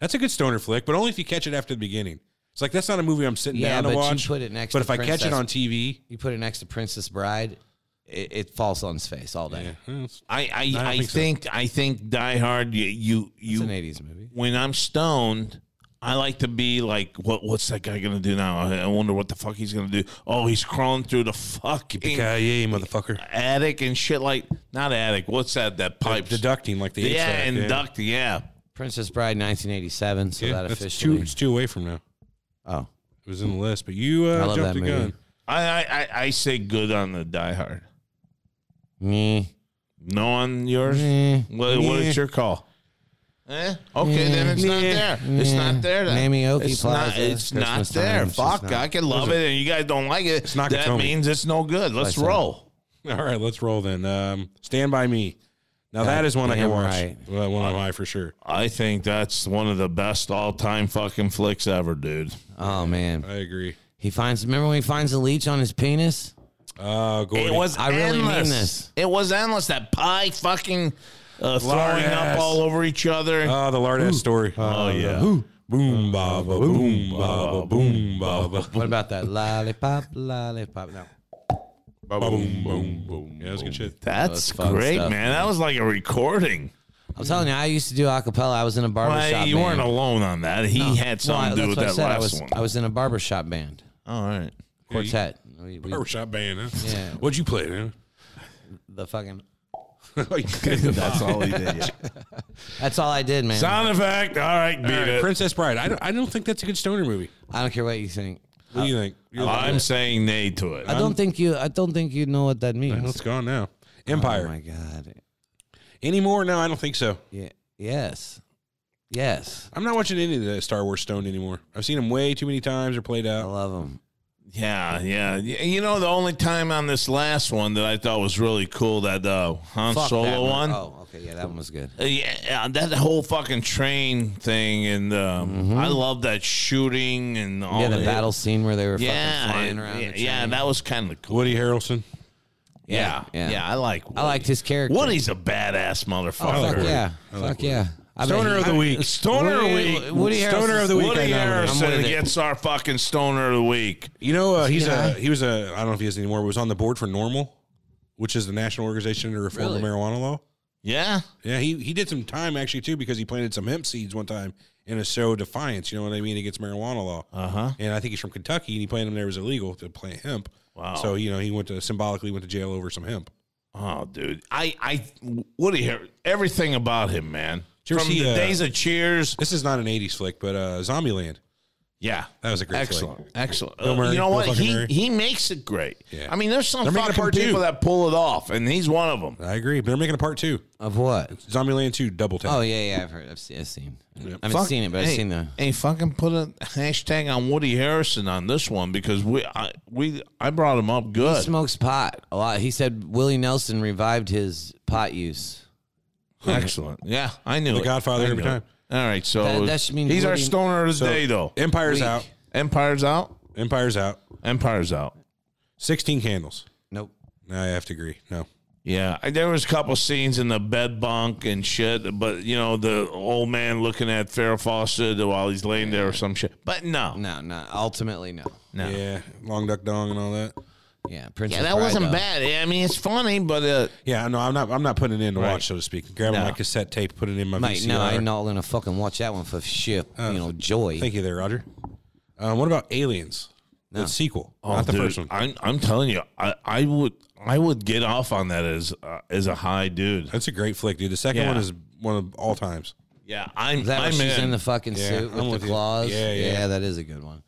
Speaker 2: That's a good stoner flick, but only if you catch it after the beginning. It's like that's not a movie I'm sitting
Speaker 3: Yeah,
Speaker 2: down
Speaker 3: but
Speaker 2: to
Speaker 3: you
Speaker 2: watch.
Speaker 3: put it next
Speaker 2: But
Speaker 3: to
Speaker 2: if I catch it
Speaker 3: Princess.
Speaker 2: on TV,
Speaker 3: You put it next to Princess Bride, it, it falls on his face all day.
Speaker 2: yeah, it's-
Speaker 4: I, I,
Speaker 2: don't
Speaker 4: I,
Speaker 2: think so.
Speaker 4: think, I think Die Hard. You, you,
Speaker 3: It's
Speaker 4: you
Speaker 3: an 80s movie.
Speaker 4: when I'm stoned, I like to be like, what? What's that guy gonna do now? I, I wonder what the fuck he's gonna do. Oh, he's crawling through the fucking
Speaker 2: yeah, yeah, motherfucker,
Speaker 4: attic and shit. Like not attic. What's that? That pipe.
Speaker 2: deducting like the eighth
Speaker 4: yeah,
Speaker 2: act,
Speaker 4: and duct. Yeah.
Speaker 3: Princess Bride, 1987. So
Speaker 2: Yeah,
Speaker 3: that
Speaker 2: that's two.
Speaker 3: officially.
Speaker 2: It's two away from now.
Speaker 3: Oh,
Speaker 2: It was in the list, but you uh,
Speaker 3: love
Speaker 2: jumped
Speaker 3: that
Speaker 2: the
Speaker 3: movie.
Speaker 2: gun.
Speaker 4: I, I, I, I say good on the Die Hard.
Speaker 3: me.
Speaker 4: No on yours. What, what is your call? Eh? Okay, then it's not there. It's not there. Then.
Speaker 3: Namioki
Speaker 4: it's
Speaker 3: Plaza,
Speaker 4: not. It's
Speaker 3: Christmas
Speaker 4: not
Speaker 3: time,
Speaker 4: there.
Speaker 3: it's just
Speaker 4: Fuck.
Speaker 3: not-
Speaker 4: I can love it, and you guys don't like it.
Speaker 2: not
Speaker 4: that
Speaker 2: Katomi.
Speaker 4: means it's no good. Let's
Speaker 3: Listen.
Speaker 4: roll.
Speaker 2: All right, let's roll then. Um, Stand by me. Now that is one I can
Speaker 3: damn
Speaker 2: watch.
Speaker 3: right.
Speaker 2: Well, one of my for sure.
Speaker 4: I think that's one of the best all-time fucking flicks ever, dude.
Speaker 3: Oh, man.
Speaker 2: I agree.
Speaker 3: He finds, remember when he finds a leech on his penis?
Speaker 2: Uh, Gordy.
Speaker 4: It was
Speaker 3: I really mean
Speaker 4: endless.
Speaker 3: this.
Speaker 4: It was endless. That pie fucking uh, throwing
Speaker 2: Lard-ass.
Speaker 4: up all over each other.
Speaker 2: Oh, the Lardass story.
Speaker 4: oh yeah.
Speaker 2: Boom ba ba boom ba ba boom ba ba
Speaker 3: What about that? lollipop, lollipop. No.
Speaker 2: boom boom boom. Yeah, that's good shit.
Speaker 4: That's
Speaker 3: fun
Speaker 4: great,
Speaker 3: stuff,
Speaker 4: man. That was like a recording.
Speaker 3: I'm telling you, I used to do a cappella. I was in a barbershop
Speaker 4: Well, you
Speaker 3: band.
Speaker 4: weren't alone on that. He had something to do with
Speaker 3: that's what I said. I
Speaker 4: that last
Speaker 3: was,
Speaker 4: one.
Speaker 3: I was in a barbershop band,
Speaker 4: all right.
Speaker 3: quartet. We- we-
Speaker 2: Barbershop band, huh?
Speaker 3: Yeah.
Speaker 2: What'd you play, man?
Speaker 3: the fucking.
Speaker 4: That's all he did.
Speaker 3: That's all I did, man.
Speaker 4: Sound effect. All right, beat it.
Speaker 2: Princess Bride. I don't, I don't think that's a good stoner movie.
Speaker 3: I don't care what you think.
Speaker 2: What do you think? You're like,
Speaker 4: I'm saying nay to it.
Speaker 3: I don't think you. I don't think you know what that
Speaker 2: well,
Speaker 3: means.
Speaker 2: it's gone now.
Speaker 3: Oh my
Speaker 2: Empire.
Speaker 3: god.
Speaker 2: Any more? No, I don't think so.
Speaker 3: Yeah. Yes. Yes.
Speaker 2: I'm not watching any of the Star Wars Stone anymore. I've seen them way too many times or played
Speaker 3: I
Speaker 2: out.
Speaker 3: love them.
Speaker 4: Yeah, yeah. Y- You know, the only time on this last one that I thought was really cool that uh, Han
Speaker 3: that
Speaker 4: Solo one.
Speaker 3: Oh, okay. Yeah, that one was good.
Speaker 4: Uh, Yeah, yeah, that whole fucking train thing, and um, I love that shooting and all
Speaker 3: Mm-hmm. yeah, the
Speaker 4: that.
Speaker 3: battle scene where they were
Speaker 4: Oh, Yeah,
Speaker 3: fucking flying
Speaker 4: and-
Speaker 3: around.
Speaker 4: yeah,
Speaker 3: the
Speaker 4: yeah,
Speaker 3: train.
Speaker 4: that was kind of cool.
Speaker 2: Woody Harrelson.
Speaker 4: Yeah, yeah,
Speaker 3: yeah.
Speaker 4: I like. Woody.
Speaker 3: I liked his character.
Speaker 4: Woody's a badass motherfucker.
Speaker 3: Oh, fuck yeah.
Speaker 2: I like
Speaker 3: Fuck
Speaker 2: Woody.
Speaker 3: yeah. I bet
Speaker 2: Stoner
Speaker 3: he-
Speaker 2: of the week.
Speaker 4: Stoner of the
Speaker 3: Woody-
Speaker 4: week.
Speaker 3: Woody
Speaker 2: Stoner
Speaker 3: Harrelson-
Speaker 2: of the week.
Speaker 4: Woody
Speaker 2: I nominate.
Speaker 3: I'm with
Speaker 4: Harrison
Speaker 3: it.
Speaker 4: gets our fucking stoner of the week.
Speaker 2: You know, uh, he's
Speaker 3: Yeah.
Speaker 2: a he was a I don't know if he is anymore. But was on the board for Normal, which is the National Organization to Reform
Speaker 3: Really?
Speaker 2: the Marijuana Law.
Speaker 4: Yeah,
Speaker 2: Yeah, he he did some time actually too because he planted some hemp seeds one time in a show Defiance, you know what I mean, against marijuana law.
Speaker 4: Uh huh.
Speaker 2: And I think he's from Kentucky, and he planted him there was illegal to plant hemp.
Speaker 4: Wow.
Speaker 2: So you know he went to symbolically went to jail over some hemp.
Speaker 4: Oh, dude, I, I, Woody, Har- everything about him, man.
Speaker 2: Did you ever
Speaker 4: From
Speaker 2: see,
Speaker 4: the
Speaker 2: uh,
Speaker 4: days of Cheers,
Speaker 2: This is not an '80s flick, but uh, Zombieland.
Speaker 4: yeah,
Speaker 2: That was a great
Speaker 4: excellent,
Speaker 2: flick.
Speaker 4: excellent.
Speaker 2: Bill
Speaker 4: Uh,
Speaker 2: Murray,
Speaker 4: you know
Speaker 2: Bill
Speaker 4: what?
Speaker 2: fucking
Speaker 4: He
Speaker 2: Murray.
Speaker 4: he makes it great.
Speaker 2: Yeah.
Speaker 4: I mean, there's some
Speaker 2: They're making a
Speaker 4: fucking
Speaker 2: part two.
Speaker 4: people that pull it off, and he's one of them.
Speaker 2: I agree. But they're making a part two.
Speaker 3: Of what?
Speaker 2: Zombieland two, double tap.
Speaker 3: Oh yeah, yeah. I've heard. I've seen. I've seen. I haven't
Speaker 4: Fuck-
Speaker 3: seen it, but
Speaker 4: hey,
Speaker 3: I've seen the.
Speaker 4: Hey, fucking put a hashtag on Woody Harrison on this one because we, I, we, I brought him up
Speaker 3: He
Speaker 4: good.
Speaker 3: smokes pot a lot. He said Willie Nelson revived his pot use.
Speaker 4: excellent. Yeah, I knew
Speaker 2: The
Speaker 4: it.
Speaker 2: Godfather
Speaker 4: I
Speaker 2: every
Speaker 4: knew it.
Speaker 2: time.
Speaker 4: All right, so
Speaker 3: That- that should mean
Speaker 4: he's our
Speaker 3: Woody-
Speaker 4: stoner of the day, though.
Speaker 2: Empire's
Speaker 3: Weak.
Speaker 2: out.
Speaker 4: Empire's out.
Speaker 2: Empire's out.
Speaker 4: Empire's out.
Speaker 2: Sixteen candles.
Speaker 3: Nope.
Speaker 2: No, I have to agree. No.
Speaker 4: Yeah, I- there was a couple scenes in the bed bunk and shit, but you know the old man looking at Farrah Fawcett while he's laying there or some shit. But no,
Speaker 3: No, no. Ultimately, no.
Speaker 4: no, yeah,
Speaker 2: Yeah, long duck dong and all that.
Speaker 3: Yeah, Prince.
Speaker 4: that wasn't bad. Yeah, I mean, it's funny, but uh,
Speaker 2: Yeah, no, I'm not. I'm not putting it in to
Speaker 4: Right.
Speaker 2: watch, so to speak. Grabbing
Speaker 4: No.
Speaker 2: my cassette tape, putting it in my
Speaker 3: Mate,
Speaker 2: VCR.
Speaker 3: no, I ain't not gonna fucking watch that one for shit. you know, joy.
Speaker 2: Thank you, there, Roger. Uh, what about Aliens?
Speaker 3: No.
Speaker 2: The sequel,
Speaker 4: oh,
Speaker 2: not the
Speaker 4: dude,
Speaker 2: first one.
Speaker 4: I'm, I'm telling you, I, I would, I would get off on that as, uh, as a high dude.
Speaker 2: That's a great flick, dude. The second
Speaker 4: Yeah.
Speaker 2: one is one of all times.
Speaker 4: Yeah, I'm,
Speaker 3: Is that
Speaker 4: I'm
Speaker 3: when she's
Speaker 4: in.
Speaker 3: in. the fucking
Speaker 2: Yeah,
Speaker 3: suit with
Speaker 2: I'm
Speaker 3: the
Speaker 2: with you.
Speaker 3: claws?
Speaker 2: Yeah, yeah.
Speaker 3: that is a good one.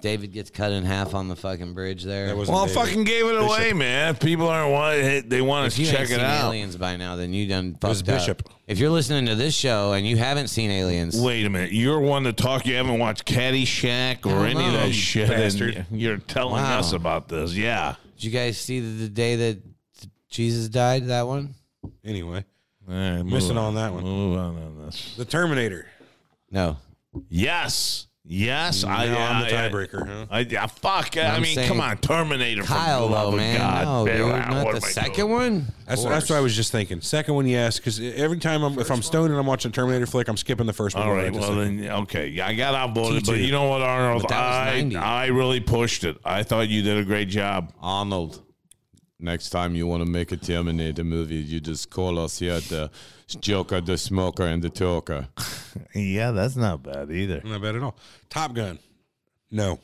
Speaker 3: David gets cut in half on the fucking bridge there.
Speaker 2: That was
Speaker 4: well, I fucking gave it away, man. If people aren't want, it, they want
Speaker 3: if
Speaker 4: to
Speaker 3: you
Speaker 4: check
Speaker 3: ain't
Speaker 4: it
Speaker 3: seen
Speaker 4: out.
Speaker 3: Aliens by now, then you done
Speaker 2: was
Speaker 3: fucked up.
Speaker 2: Bishop.
Speaker 3: If you're listening to this show and you haven't seen Aliens,
Speaker 4: Wait a minute. You're one to talk. You haven't watched Caddyshack or
Speaker 3: I
Speaker 4: any
Speaker 3: don't
Speaker 4: of
Speaker 3: know,
Speaker 4: that
Speaker 3: you
Speaker 4: shit. and
Speaker 2: bastard.
Speaker 4: you're telling
Speaker 3: Wow.
Speaker 4: us about this. Yeah.
Speaker 3: did you guys see the, the day that Jesus died? That one?
Speaker 2: Anyway,
Speaker 4: All right, Eh, move
Speaker 2: Missing on that one.
Speaker 4: Move on on this.
Speaker 2: The Terminator.
Speaker 3: No.
Speaker 4: Yes. Yes. I,
Speaker 2: Now I'm the
Speaker 4: I-
Speaker 2: tiebreaker, huh?
Speaker 4: I, yeah, fuck. I
Speaker 3: I'm
Speaker 4: mean,
Speaker 3: saying-
Speaker 4: come on. Terminator. for
Speaker 3: Kyle,
Speaker 4: the love
Speaker 3: though,
Speaker 4: of
Speaker 3: man.
Speaker 4: God.
Speaker 3: no,
Speaker 4: Man,
Speaker 3: dude.
Speaker 4: I-
Speaker 3: Not
Speaker 4: what
Speaker 3: the
Speaker 4: am I
Speaker 3: second
Speaker 4: doing?
Speaker 3: one?
Speaker 2: That's, that's what I was just thinking. Second one, yes, because every time I'm if I'm stoned and I'm watching a Terminator flick, I'm skipping the first one.
Speaker 4: All right.
Speaker 2: Just
Speaker 4: Well,
Speaker 2: like-
Speaker 4: then, okay. Yeah, I got outvoted,
Speaker 2: T2.
Speaker 4: but you know what, Arnold?
Speaker 3: But that was
Speaker 4: I,
Speaker 3: 90.
Speaker 4: I really pushed it. I thought you did a great job.
Speaker 5: Arnold, next time you want to make a Terminator movie, you just call us here at the Joker, the Smoker, and the Talker.
Speaker 4: Yeah, that's not bad either.
Speaker 2: not bad at all. Top Gun. No,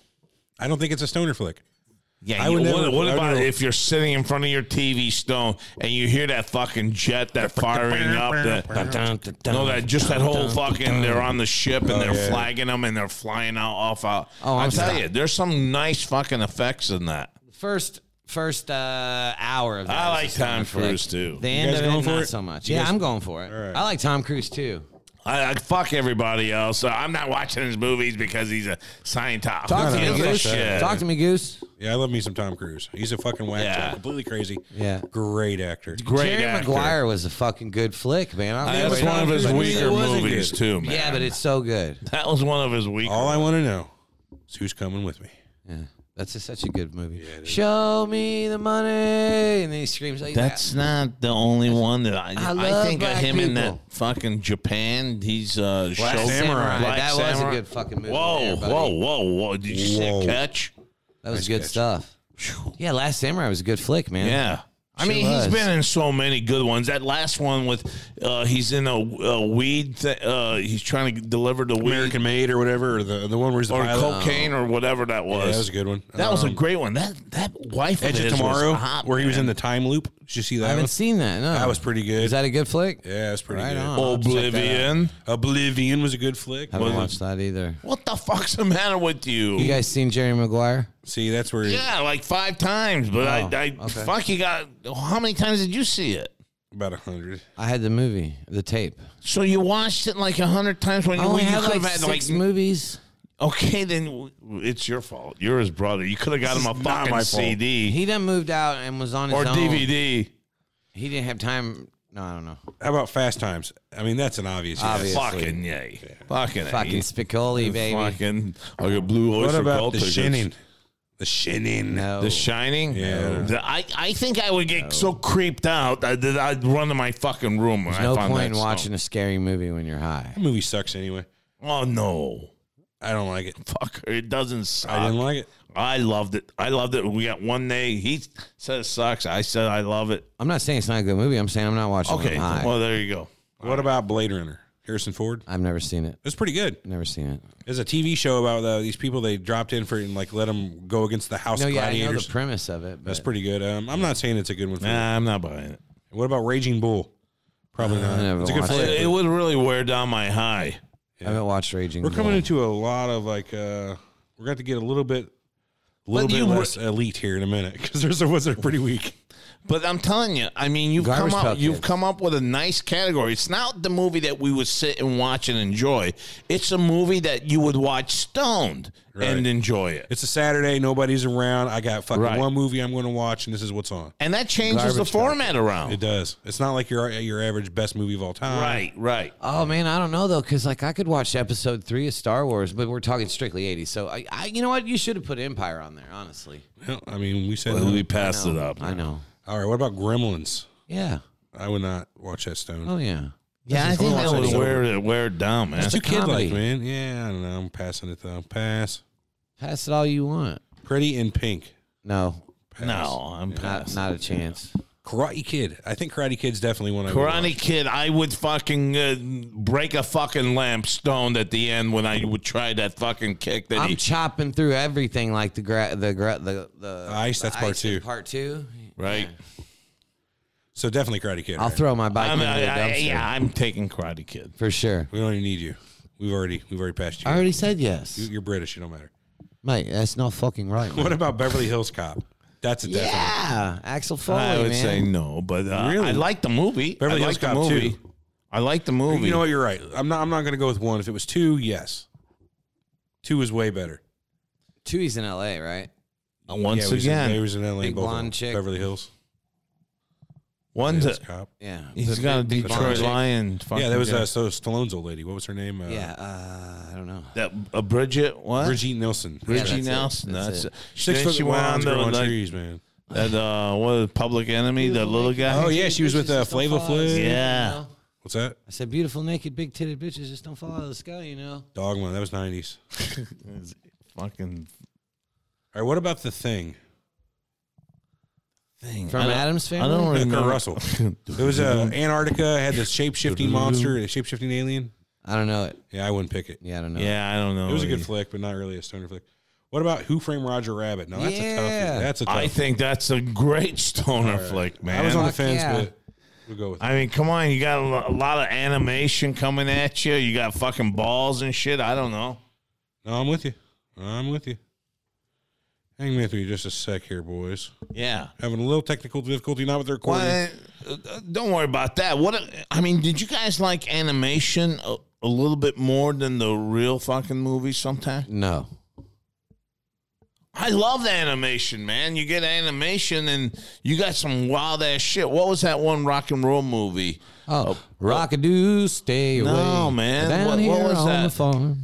Speaker 2: I don't think it's a stoner flick.
Speaker 4: Yeah,
Speaker 2: I
Speaker 4: you-
Speaker 2: would
Speaker 4: what,
Speaker 2: never- I
Speaker 4: what
Speaker 2: would
Speaker 4: about
Speaker 2: never-
Speaker 4: if you're sitting in front of your TV stone and you hear that fucking jet that firing up? That, no, that just that whole fucking they're on the ship and they're
Speaker 2: yeah.
Speaker 4: flagging them and they're flying out off out.
Speaker 3: Oh,
Speaker 4: I
Speaker 3: I'm
Speaker 4: tell
Speaker 3: sorry.
Speaker 4: you, there's some nice fucking effects in that.
Speaker 3: First first uh, hour of that. is
Speaker 4: I like
Speaker 3: a stoner
Speaker 4: Tom
Speaker 3: flick.
Speaker 4: Cruise, too.
Speaker 3: The
Speaker 4: You
Speaker 3: end
Speaker 2: guys
Speaker 3: of
Speaker 2: going
Speaker 3: it,
Speaker 2: for
Speaker 3: not
Speaker 2: it?
Speaker 3: so much.
Speaker 2: You
Speaker 3: Yeah,
Speaker 2: guys-
Speaker 3: I'm going for it. I like Tom Cruise too.
Speaker 4: I, I fuck everybody else. Uh, I'm not watching his movies because he's a Scientologist.
Speaker 3: Talk
Speaker 2: to
Speaker 4: Who
Speaker 2: me,
Speaker 4: gives a
Speaker 2: Goose.
Speaker 4: shit?
Speaker 3: Talk to me, Goose.
Speaker 2: Yeah, I love me some Tom Cruise. He's a fucking whack
Speaker 4: Yeah.
Speaker 2: job, completely crazy.
Speaker 3: Yeah.
Speaker 2: great actor.
Speaker 4: Great
Speaker 3: Jerry
Speaker 4: actor.
Speaker 3: Maguire was a fucking good flick, man. I
Speaker 4: That
Speaker 3: love
Speaker 4: was
Speaker 3: it.
Speaker 4: one of his
Speaker 2: It
Speaker 4: weaker
Speaker 2: wasn't
Speaker 4: movies
Speaker 2: good.
Speaker 4: too, man.
Speaker 3: Yeah, but it's so good.
Speaker 4: that was one of his weaker.
Speaker 2: All I want to know is who's coming with me.
Speaker 3: Yeah, that's just such a good movie. Show me the money, and then he screams like
Speaker 4: That's not the only one that I.
Speaker 3: I
Speaker 4: I,
Speaker 3: love
Speaker 4: think of
Speaker 3: black
Speaker 4: him in that
Speaker 3: people.
Speaker 4: fucking Japan. He's uh,
Speaker 3: that.
Speaker 4: show-
Speaker 2: Samurai.
Speaker 4: Black
Speaker 3: That
Speaker 4: Samurai.
Speaker 3: was a good fucking movie.
Speaker 4: Whoa,
Speaker 3: there, buddy.
Speaker 4: whoa, whoa, whoa! Did you
Speaker 2: Whoa.
Speaker 4: see that catch?
Speaker 3: that was good stuff. Yeah, Last Samurai was a good flick, man.
Speaker 4: Yeah. I
Speaker 3: Sure
Speaker 4: mean,
Speaker 3: was.
Speaker 4: he's been in so many good ones. That last one with uh, he's in a, a weed. Th- uh, he's trying to deliver the weed
Speaker 2: American Made or whatever, or the the one where he's the
Speaker 4: or
Speaker 2: pilot.
Speaker 4: cocaine or whatever that was.
Speaker 2: Yeah, that was a good one.
Speaker 4: That was a
Speaker 2: Um,
Speaker 4: great one. That that wife
Speaker 2: Edge
Speaker 4: of,
Speaker 2: of
Speaker 4: his
Speaker 2: Tomorrow,
Speaker 4: was hot,
Speaker 2: where he was
Speaker 4: man.
Speaker 2: in the time loop. Did you see
Speaker 3: I
Speaker 2: that?
Speaker 3: haven't
Speaker 2: One?
Speaker 3: seen that. No,
Speaker 2: That was pretty good.
Speaker 3: Is that a good flick?
Speaker 2: yeah, it was pretty
Speaker 3: Right
Speaker 2: good.
Speaker 3: on. I'll check that out.
Speaker 4: Oblivion.
Speaker 2: Oblivion was a good flick.
Speaker 3: I haven't watched that either.
Speaker 4: What the fuck's the matter with
Speaker 3: You guys seen Jerry Maguire?
Speaker 2: See, that's where
Speaker 4: Yeah, like five times. But
Speaker 3: Oh,
Speaker 4: I, I
Speaker 3: okay.
Speaker 4: fuck, you got how many times did you see it?
Speaker 2: about a hundred.
Speaker 3: I had the movie, the tape.
Speaker 4: So you watched it like a hundred times when
Speaker 3: I
Speaker 4: you,
Speaker 3: only
Speaker 4: you
Speaker 3: had
Speaker 4: could
Speaker 3: like
Speaker 4: have had
Speaker 3: six
Speaker 4: like.
Speaker 3: movies.
Speaker 4: Okay, then w- it's your fault. You're his brother. You could have got him a
Speaker 2: not
Speaker 4: fucking
Speaker 2: my fault.
Speaker 4: CD
Speaker 3: He done moved out and was on his
Speaker 4: or
Speaker 3: own.
Speaker 4: DVD.
Speaker 3: He didn't have time. No, I don't know.
Speaker 2: How about Fast Times? I mean, that's an obvious. yes.
Speaker 3: Obvious.
Speaker 4: Fucking yay, fucking A.
Speaker 3: Fucking Spicoli, baby.
Speaker 4: fucking. I got blue oyster
Speaker 2: What about
Speaker 4: Cult
Speaker 2: the
Speaker 4: tickets.
Speaker 2: Shining? The Shining.
Speaker 3: No.
Speaker 4: The Shining.
Speaker 2: Yeah.
Speaker 4: The- I, I think I would get so creeped out that that I'd run to my fucking room. When I
Speaker 3: no
Speaker 4: found
Speaker 3: point
Speaker 4: that
Speaker 3: in
Speaker 4: song.
Speaker 3: watching a scary movie when you're high.
Speaker 2: That movie sucks anyway.
Speaker 4: Oh no,
Speaker 2: I don't like it.
Speaker 4: fucker! It doesn't suck.
Speaker 2: I didn't like it.
Speaker 4: I loved it. I loved it. We got one day. He said it sucks. I said I love it.
Speaker 3: I'm not saying it's not a good movie. I'm saying I'm not watching it when
Speaker 4: Okay.
Speaker 3: I'm high.
Speaker 4: Well, there you go.
Speaker 2: What about Blade Runner? Harrison Ford. It
Speaker 3: I've never seen it.
Speaker 2: was pretty good.
Speaker 3: Never seen it.
Speaker 2: There's a TV show about uh, these people they dropped in for and like let them go against the House
Speaker 3: No,
Speaker 2: of
Speaker 3: yeah, I know
Speaker 2: Gladiators.
Speaker 3: the premise of it. But
Speaker 2: That's pretty good. Um, I'm not saying it's a good one. For
Speaker 4: Nah, I'm not buying it.
Speaker 2: What about Raging Bull? Probably
Speaker 3: Uh, I
Speaker 2: not.
Speaker 3: never
Speaker 2: It's a good
Speaker 3: watched
Speaker 2: flick.
Speaker 4: It, it would really wear down my high.
Speaker 3: I haven't watched Raging.
Speaker 2: We're coming
Speaker 3: Bull.
Speaker 2: into a lot of like uh we're going to get a little bit a little
Speaker 4: But
Speaker 2: bit
Speaker 4: you
Speaker 2: less elite here in a minute because there's the ones that are pretty weak.
Speaker 4: But I'm telling you, I mean, you've
Speaker 3: Garbage
Speaker 4: come
Speaker 3: Pail
Speaker 4: up,
Speaker 3: Kids.
Speaker 4: you've come up with a nice category. It's not the movie that we would sit and watch and enjoy. It's a movie that you would watch stoned
Speaker 2: Right.
Speaker 4: and enjoy it.
Speaker 2: It's a Saturday, nobody's around. I got fucking
Speaker 4: Right.
Speaker 2: one movie I'm going to watch, and this is what's on.
Speaker 4: And that changes the
Speaker 3: Garbage Pail
Speaker 4: format around.
Speaker 2: It does. It's not like your your average best movie of all time.
Speaker 4: Right, right.
Speaker 3: Oh man, I don't know though, because like I could watch episode three of Star Wars, but we're talking strictly '80s. So I, I you know what? You should have put Empire on there, honestly.
Speaker 2: Well, I mean, we said
Speaker 4: We passed it up.
Speaker 3: I know.
Speaker 2: all right. What about Gremlins?
Speaker 3: Yeah.
Speaker 2: I would not watch that stone.
Speaker 3: Oh yeah.
Speaker 4: Yeah, I think that
Speaker 2: awesome.
Speaker 4: would wear it wear it down, man.
Speaker 2: It's too
Speaker 3: a
Speaker 2: kid like,
Speaker 3: comedy.
Speaker 2: man. Yeah, I don't know. I'm passing it though. Pass.
Speaker 3: Pass it all you want.
Speaker 2: Pretty in Pink.
Speaker 3: No,
Speaker 4: No, I'm
Speaker 3: not
Speaker 4: passed.
Speaker 3: not a chance.
Speaker 2: Karate Kid. I think Karate Kid's definitely one I would watch.
Speaker 4: Karate Kid, I would fucking uh, break a fucking lamp stoned at the end when I would try that fucking kick that
Speaker 3: I'm
Speaker 4: he
Speaker 3: chopping through everything like the gra- the gra- the the
Speaker 2: ice,
Speaker 3: the
Speaker 2: that's part
Speaker 3: in
Speaker 2: two.
Speaker 3: Part two.
Speaker 4: right.
Speaker 2: So definitely Karate Kid.
Speaker 3: I'll
Speaker 2: right?
Speaker 3: throw my bike
Speaker 4: I'm,
Speaker 3: into
Speaker 4: I,
Speaker 3: the
Speaker 4: I,
Speaker 3: dumpster
Speaker 4: yeah, I'm taking Karate Kid.
Speaker 3: for sure.
Speaker 2: We don't even need you. We've already we've already passed you.
Speaker 3: I already said yes,
Speaker 2: You're British. You don't matter.
Speaker 3: mate. That's not fucking right. mate.
Speaker 2: What about Beverly Hills Cop? That's a definite.
Speaker 3: Yeah, Axel Foley,
Speaker 4: I would
Speaker 3: man.
Speaker 4: say no, but uh,
Speaker 2: Really?
Speaker 4: I like the movie.
Speaker 2: Beverly
Speaker 4: I
Speaker 2: Hills
Speaker 4: like the
Speaker 2: Cop
Speaker 4: movie.
Speaker 2: 2.
Speaker 4: I like the movie.
Speaker 2: You know what? You're right. I'm not. I'm not going to go with one. If it was two, yes. Two is way better.
Speaker 3: Tui's in L.A., right?
Speaker 4: Uh, Once
Speaker 2: yeah,
Speaker 4: again,
Speaker 2: he was in L.A.
Speaker 3: Big
Speaker 2: both of
Speaker 3: blonde
Speaker 2: them.
Speaker 3: chick.
Speaker 2: Beverly Hills.
Speaker 4: one's
Speaker 2: Hills
Speaker 4: a,
Speaker 2: Cop.
Speaker 3: Yeah.
Speaker 4: he's
Speaker 3: The
Speaker 4: got a
Speaker 3: big- big blonde
Speaker 4: Detroit
Speaker 3: chick.
Speaker 4: Lion.
Speaker 2: Yeah,
Speaker 4: fucking
Speaker 2: that was
Speaker 4: guy.
Speaker 2: uh, so Stallone's old lady. What was her name? Uh,
Speaker 3: Yeah, uh, I don't know.
Speaker 4: that a Bridget what?
Speaker 2: Brigitte Nielsen.
Speaker 3: Yeah,
Speaker 4: Bridget
Speaker 3: that's it.
Speaker 4: Nelson.
Speaker 3: That's
Speaker 4: That's,
Speaker 3: it.
Speaker 4: she,
Speaker 2: Six foot
Speaker 4: she went on
Speaker 2: lawns
Speaker 4: the
Speaker 2: growing
Speaker 4: like,
Speaker 2: trees, man.
Speaker 4: that uh, what Public Enemy, that little guy.
Speaker 2: Oh yeah, she was with uh, Flava Flav.
Speaker 4: yeah.
Speaker 3: know?
Speaker 2: What's that?
Speaker 3: I said, beautiful, naked, big titted bitches just don't fall out of the sky, you know?
Speaker 2: Dogma. That was '90s.
Speaker 4: Fucking
Speaker 2: All right. What about the thing?
Speaker 4: thing
Speaker 3: From
Speaker 4: I don't-
Speaker 3: Adam's
Speaker 4: I
Speaker 3: family?
Speaker 4: don't
Speaker 2: Kurt
Speaker 4: remember.
Speaker 2: Russell. It was uh, Antarctica. Had the shape shifting monster, a shape shifting alien.
Speaker 3: I don't know it.
Speaker 2: Yeah, oh, I wouldn't pick it.
Speaker 3: Yeah, I don't know.
Speaker 4: Yeah, I don't know.
Speaker 2: It was a good flick, but not really a stoner flick. What about Who Framed Roger Rabbit? No, that's a
Speaker 3: Yeah.
Speaker 2: tough. That's a tough.
Speaker 4: I think that's a great stoner flick, man.
Speaker 2: I was on the
Speaker 3: Fuck
Speaker 2: fence,
Speaker 3: yeah.
Speaker 2: but we'll go with it.
Speaker 4: I mean, come on, you got a lo- a lot of animation coming at you. You got fucking balls and shit. I don't know.
Speaker 2: No, I'm with you. I'm with you. Hang with me just a sec here, boys.
Speaker 4: Yeah.
Speaker 2: Having a little technical difficulty, not with their recording.
Speaker 4: Well, uh, uh, don't worry about that. What a- I mean, did you guys like animation a, a little bit more than the real fucking movies sometimes?
Speaker 3: No.
Speaker 4: I love the animation, man. You get animation and you got some wild ass shit. What was that one rock and roll movie?
Speaker 3: Oh, rockadoo, stay away.
Speaker 4: No, man.
Speaker 3: Down
Speaker 4: What- what
Speaker 3: here
Speaker 4: was
Speaker 3: on
Speaker 4: that?
Speaker 3: the farm.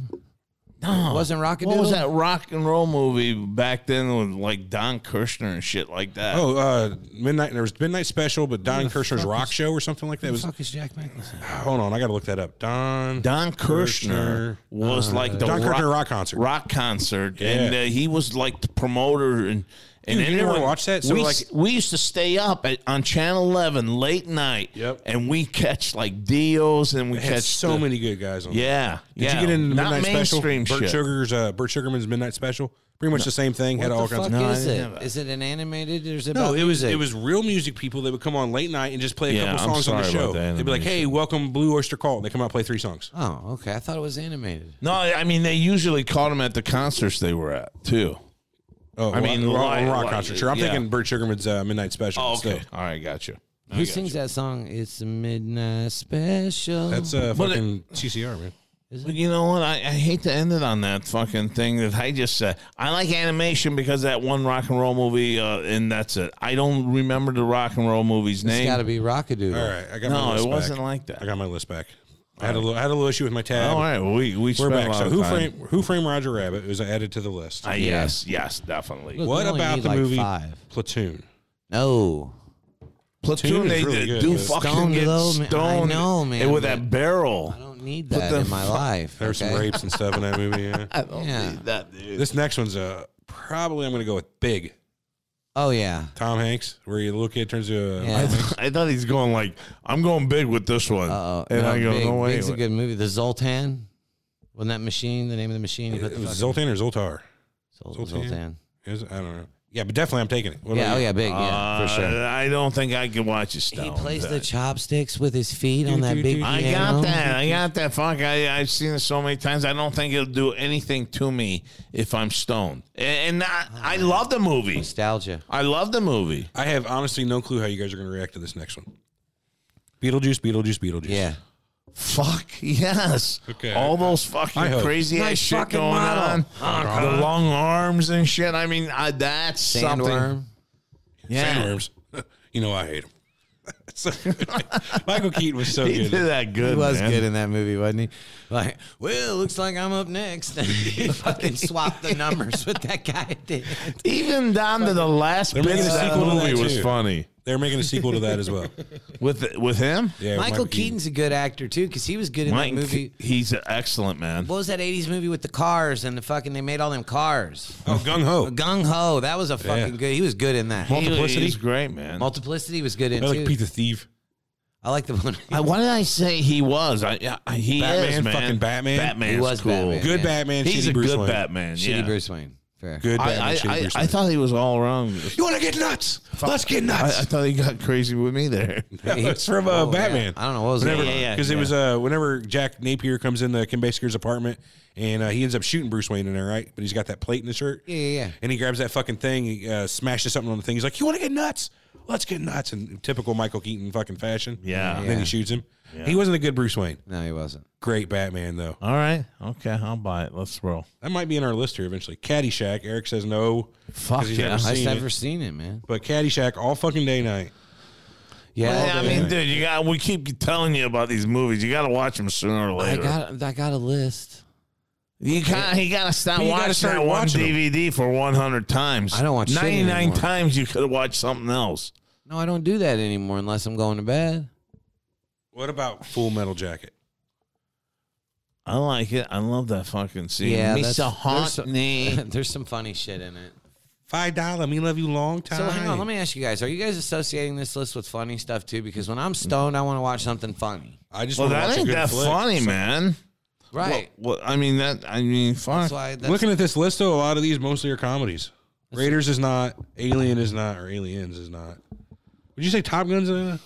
Speaker 4: No.
Speaker 3: Wasn't rockadoo?
Speaker 4: What was that rock and roll movie back then with like Don Kirshner and shit like that?
Speaker 2: oh, uh, midnight. There was midnight special, but Don Kirshner's rock show or something like that. It was
Speaker 3: Fuck is Jack Nicholson?
Speaker 2: hold on, I got to look that up. Don
Speaker 4: Don Kirshner
Speaker 2: Kirshner. uh,
Speaker 4: was like the
Speaker 2: Don
Speaker 4: rock,
Speaker 2: Kirshner rock concert.
Speaker 4: rock concert,
Speaker 2: Yeah.
Speaker 4: and uh, he was like the promoter and. And
Speaker 2: Dude, you never
Speaker 4: everyone-
Speaker 2: watched that? So,
Speaker 4: we,
Speaker 2: like-
Speaker 4: s- we used to stay up at, on Channel Eleven late night,
Speaker 2: Yep.
Speaker 4: and we catch like Dio's, and we
Speaker 2: It had
Speaker 4: catch
Speaker 2: so
Speaker 4: the-
Speaker 2: many good guys on. there.
Speaker 4: Yeah,
Speaker 2: Did
Speaker 4: yeah.
Speaker 2: you get into the
Speaker 4: Not
Speaker 2: midnight special?
Speaker 4: mainstream
Speaker 2: Burt
Speaker 4: shit.
Speaker 2: Sugar's uh, Burt Sugarman's midnight special. Pretty much the same thing. had all
Speaker 3: What the
Speaker 2: kinds
Speaker 3: fuck
Speaker 2: of
Speaker 4: No, I
Speaker 3: is
Speaker 4: didn't
Speaker 3: it?
Speaker 4: have a-
Speaker 3: Is it an animated or is it
Speaker 2: No,
Speaker 3: about
Speaker 2: it was
Speaker 3: music?
Speaker 2: it was real music people that would come on late night and just play a
Speaker 4: Yeah,
Speaker 2: couple
Speaker 4: I'm
Speaker 2: songs on the
Speaker 4: sorry about
Speaker 2: show.
Speaker 4: the
Speaker 2: They'd be like, "Hey, welcome Blue Oyster Cult." They come out and play three songs.
Speaker 3: Oh, okay. I thought it was animated.
Speaker 4: No, I mean they usually caught him at the concerts they were at too.
Speaker 2: Oh,
Speaker 4: I mean,
Speaker 2: rock,
Speaker 4: li-
Speaker 2: rock
Speaker 4: li-
Speaker 2: concert. Sure, I'm
Speaker 4: yeah. Oh,
Speaker 2: thinking Bert Sugarman's uh, midnight special.
Speaker 4: okay,
Speaker 2: So,
Speaker 4: all right, gotcha.
Speaker 3: Who sings that song? It's a midnight special.
Speaker 2: that's uh,
Speaker 4: But it-
Speaker 2: fucking CCR, man.
Speaker 4: But you know what? I, I hate to end it on that fucking thing that I just said. I like animation because that one rock and roll movie, uh, and that's it. I don't remember the rock and roll
Speaker 3: it's
Speaker 4: movie's name.
Speaker 3: got to be rockadoo.
Speaker 2: All right, I got my
Speaker 4: no,
Speaker 2: list
Speaker 4: it
Speaker 2: back.
Speaker 4: wasn't like that.
Speaker 2: I got my list back. I had a little, I had a little issue with my tab.
Speaker 4: all right, well, we we
Speaker 2: We're
Speaker 4: spent
Speaker 2: back.
Speaker 4: A lot
Speaker 2: So
Speaker 4: of
Speaker 2: who
Speaker 4: time.
Speaker 2: framed Who Framed Roger Rabbit was added to the list.
Speaker 4: Ah, yes, yes, definitely.
Speaker 3: Look,
Speaker 2: what
Speaker 3: we only
Speaker 2: about
Speaker 3: need
Speaker 2: the
Speaker 3: like
Speaker 2: movie
Speaker 3: five.
Speaker 2: Platoon?
Speaker 3: No.
Speaker 4: Platoon,
Speaker 2: is
Speaker 4: they
Speaker 2: really
Speaker 4: they
Speaker 2: good,
Speaker 4: do
Speaker 2: but-
Speaker 4: fucking
Speaker 3: Stoned
Speaker 4: get
Speaker 3: though, man. I
Speaker 4: stoned.
Speaker 3: know,
Speaker 4: and
Speaker 3: man,
Speaker 4: With
Speaker 3: but
Speaker 4: that barrel.
Speaker 3: I don't need that
Speaker 4: the
Speaker 3: in my life.
Speaker 2: There were some
Speaker 3: okay?
Speaker 2: rapes and stuff in that movie. Yeah.
Speaker 3: Yeah.
Speaker 4: That dude.
Speaker 2: This next one's uh, probably I'm going to go with Big.
Speaker 3: Oh yeah.
Speaker 2: Tom Hanks, where your little kid turns to a.
Speaker 3: Yeah.
Speaker 4: I thought he's going like, I'm going big with this one.
Speaker 3: Uh-oh.
Speaker 4: and I go,
Speaker 3: Big,
Speaker 4: no way.
Speaker 3: Big's a good movie. The Zoltan. Wasn't that machine the name of the machine? You put
Speaker 2: It
Speaker 3: the
Speaker 2: was Zoltan
Speaker 3: fucking-
Speaker 2: or Zoltar?
Speaker 3: Zol-
Speaker 2: Zoltan.
Speaker 3: Zoltan.
Speaker 2: Is it? I don't know. Yeah, but definitely I'm taking it. What
Speaker 3: Yeah.
Speaker 2: about
Speaker 3: Oh
Speaker 2: you?
Speaker 3: yeah. Big. Yeah.
Speaker 4: Uh,
Speaker 3: for sure.
Speaker 4: I don't think I can watch his stuff.
Speaker 3: He plays the chopsticks with his feet on that big piano.
Speaker 4: I got that. I got that. Fuck. I, I've seen it so many times. I don't think it'll do anything to me if I'm stoned. And, and I,
Speaker 3: Oh,
Speaker 4: I love the movie.
Speaker 3: Nostalgia.
Speaker 4: I love the movie.
Speaker 2: I have honestly no clue how you guys are going to react to this next one. Beetlejuice, Beetlejuice, Beetlejuice.
Speaker 3: Yeah.
Speaker 4: Fuck yes.
Speaker 2: Okay.
Speaker 4: All those
Speaker 2: I
Speaker 4: fucking
Speaker 2: hope.
Speaker 4: crazy ass
Speaker 3: Nice
Speaker 4: shit
Speaker 3: fucking
Speaker 4: going
Speaker 3: model.
Speaker 4: on. Uh-huh. The long arms and shit. I mean, I, that's something.
Speaker 3: Sandworm.
Speaker 4: Yeah.
Speaker 2: Sandworms. you know I hate them. so good. Michael Keaton was so
Speaker 4: He
Speaker 2: good.
Speaker 4: did that good.
Speaker 3: He was
Speaker 4: man.
Speaker 3: good in that movie, wasn't he? Like, well, looks like I'm up next. he fucking swapped the numbers with that guy. Did.
Speaker 4: Even down to the last
Speaker 2: They're
Speaker 4: bit
Speaker 2: making
Speaker 4: of
Speaker 2: a
Speaker 4: that
Speaker 2: sequel to
Speaker 4: movie
Speaker 2: that,
Speaker 4: was
Speaker 2: too.
Speaker 4: funny.
Speaker 2: They're making a sequel to that as well.
Speaker 4: With with him,
Speaker 2: Yeah,
Speaker 3: Michael, Keaton's a good actor too, because he was good in
Speaker 4: Mike,
Speaker 3: that movie.
Speaker 4: he's an excellent man.
Speaker 3: What was that '80s movie with the cars and the fucking? They made all them cars.
Speaker 2: Oh, Gung Ho.
Speaker 3: Gung Ho. That was a fucking
Speaker 2: Yeah.
Speaker 3: good. He was good in that.
Speaker 4: He-
Speaker 2: Multiplicity?
Speaker 4: he's great, man.
Speaker 3: Multiplicity was good in
Speaker 2: I
Speaker 3: too.
Speaker 2: like Pete the Thief.
Speaker 3: I like the one.
Speaker 4: I, why did I say he was? I, I he
Speaker 2: Batman,
Speaker 4: is, man.
Speaker 2: fucking Batman.
Speaker 4: Batman's
Speaker 3: He was
Speaker 4: cool.
Speaker 3: Batman.
Speaker 2: Good
Speaker 3: Yeah.
Speaker 2: Batman.
Speaker 4: He's
Speaker 2: shitty
Speaker 4: a
Speaker 2: Bruce
Speaker 4: good
Speaker 2: Wayne.
Speaker 4: Batman.
Speaker 3: Shitty
Speaker 4: yeah.
Speaker 3: Bruce Wayne. Fair.
Speaker 2: Good Batman.
Speaker 4: I,
Speaker 2: shitty
Speaker 4: I,
Speaker 2: Bruce
Speaker 4: I, I
Speaker 2: Wayne.
Speaker 4: thought he was all wrong.
Speaker 2: you want to get nuts? Let's get
Speaker 4: I, I
Speaker 2: nuts.
Speaker 4: thought he got crazy with me there.
Speaker 2: it's from uh,
Speaker 3: Oh, yeah.
Speaker 2: Batman.
Speaker 3: I don't know what was
Speaker 2: Whenever,
Speaker 3: that.
Speaker 4: Yeah, yeah, yeah.
Speaker 2: Because it was uh, whenever Jack Napier comes into Kim Basinger's apartment and uh, he ends up shooting Bruce Wayne in there, right? But he's got that plate in his shirt.
Speaker 3: Yeah, yeah, yeah.
Speaker 2: And he grabs that fucking thing, he uh, smashes something on the thing. He's like, "You want to get nuts? Let's get nuts!" In typical Michael Keaton fucking fashion.
Speaker 4: Yeah.
Speaker 2: And then he shoots him. He wasn't a good Bruce Wayne.
Speaker 3: No, he wasn't.
Speaker 2: Great Batman though.
Speaker 4: All right. Okay. I'll buy it. Let's roll.
Speaker 2: That might be in our list here eventually. Caddyshack. Eric says no. 'cause
Speaker 4: Fuck
Speaker 2: he's
Speaker 4: yeah.
Speaker 2: never
Speaker 3: I've
Speaker 2: seen
Speaker 3: never
Speaker 2: it.
Speaker 3: seen it, man.
Speaker 2: But Caddyshack all fucking day night.
Speaker 3: Yeah,
Speaker 4: Yeah, I mean, dude, you got. We keep telling you about these movies. You got to watch them sooner or
Speaker 3: I
Speaker 4: later.
Speaker 3: got I got a list.
Speaker 4: you got. You got to stop
Speaker 2: But you gotta
Speaker 4: watching
Speaker 2: start
Speaker 4: that one
Speaker 2: watching 'em.
Speaker 4: DVD for one hundred times.
Speaker 3: I don't watch shit
Speaker 4: ninety nine
Speaker 3: anymore.
Speaker 4: times. You could have watched something else.
Speaker 3: No, I don't do that anymore unless I'm going to bed.
Speaker 2: What about Full Metal Jacket?
Speaker 4: I like it. I love that fucking scene.
Speaker 3: Yeah, that's-
Speaker 4: Mr.
Speaker 3: there's
Speaker 4: Hauntney.
Speaker 3: There's some funny shit in it.
Speaker 2: Five dollar. Me love you long time.
Speaker 3: So hang on, let me ask you guys: Are you guys associating this list with funny stuff too? Because when I'm stoned, I want to watch something funny.
Speaker 2: I just
Speaker 4: Well,
Speaker 2: want to
Speaker 4: that
Speaker 2: watch a
Speaker 4: ain't
Speaker 2: good
Speaker 4: that
Speaker 2: flick.
Speaker 4: funny, man.
Speaker 3: Right.
Speaker 4: Well, well, I mean that. I mean, fuck.
Speaker 3: that's why. That's,
Speaker 2: Looking at this list though, a lot of these mostly are comedies. Raiders is not. Alien is not. Or Aliens is not. Would you say Top Gun's in it?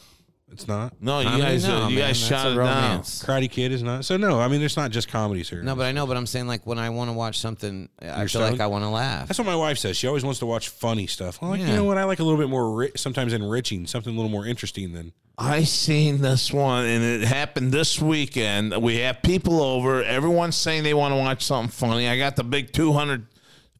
Speaker 2: It's not.
Speaker 4: no, you
Speaker 3: I mean,
Speaker 4: guys,
Speaker 3: no,
Speaker 4: uh, you
Speaker 3: man,
Speaker 4: guys
Speaker 3: that's
Speaker 4: shot
Speaker 3: a
Speaker 4: it down.
Speaker 3: romance.
Speaker 2: Karate Kid is not. So no, I mean there's not just comedies here.
Speaker 3: No, but I know. But I'm saying like when I want to watch something, I feel
Speaker 2: stoned?
Speaker 3: like I want to laugh.
Speaker 2: that's what my wife says. She always wants to watch funny stuff. I'm like, you
Speaker 3: Yeah.
Speaker 2: know what? I like a little bit more, ri- sometimes enriching, something a little more interesting than.
Speaker 4: I seen this one, and it happened this weekend. We have people over. Everyone's saying they want to watch something funny. I got the big two hundred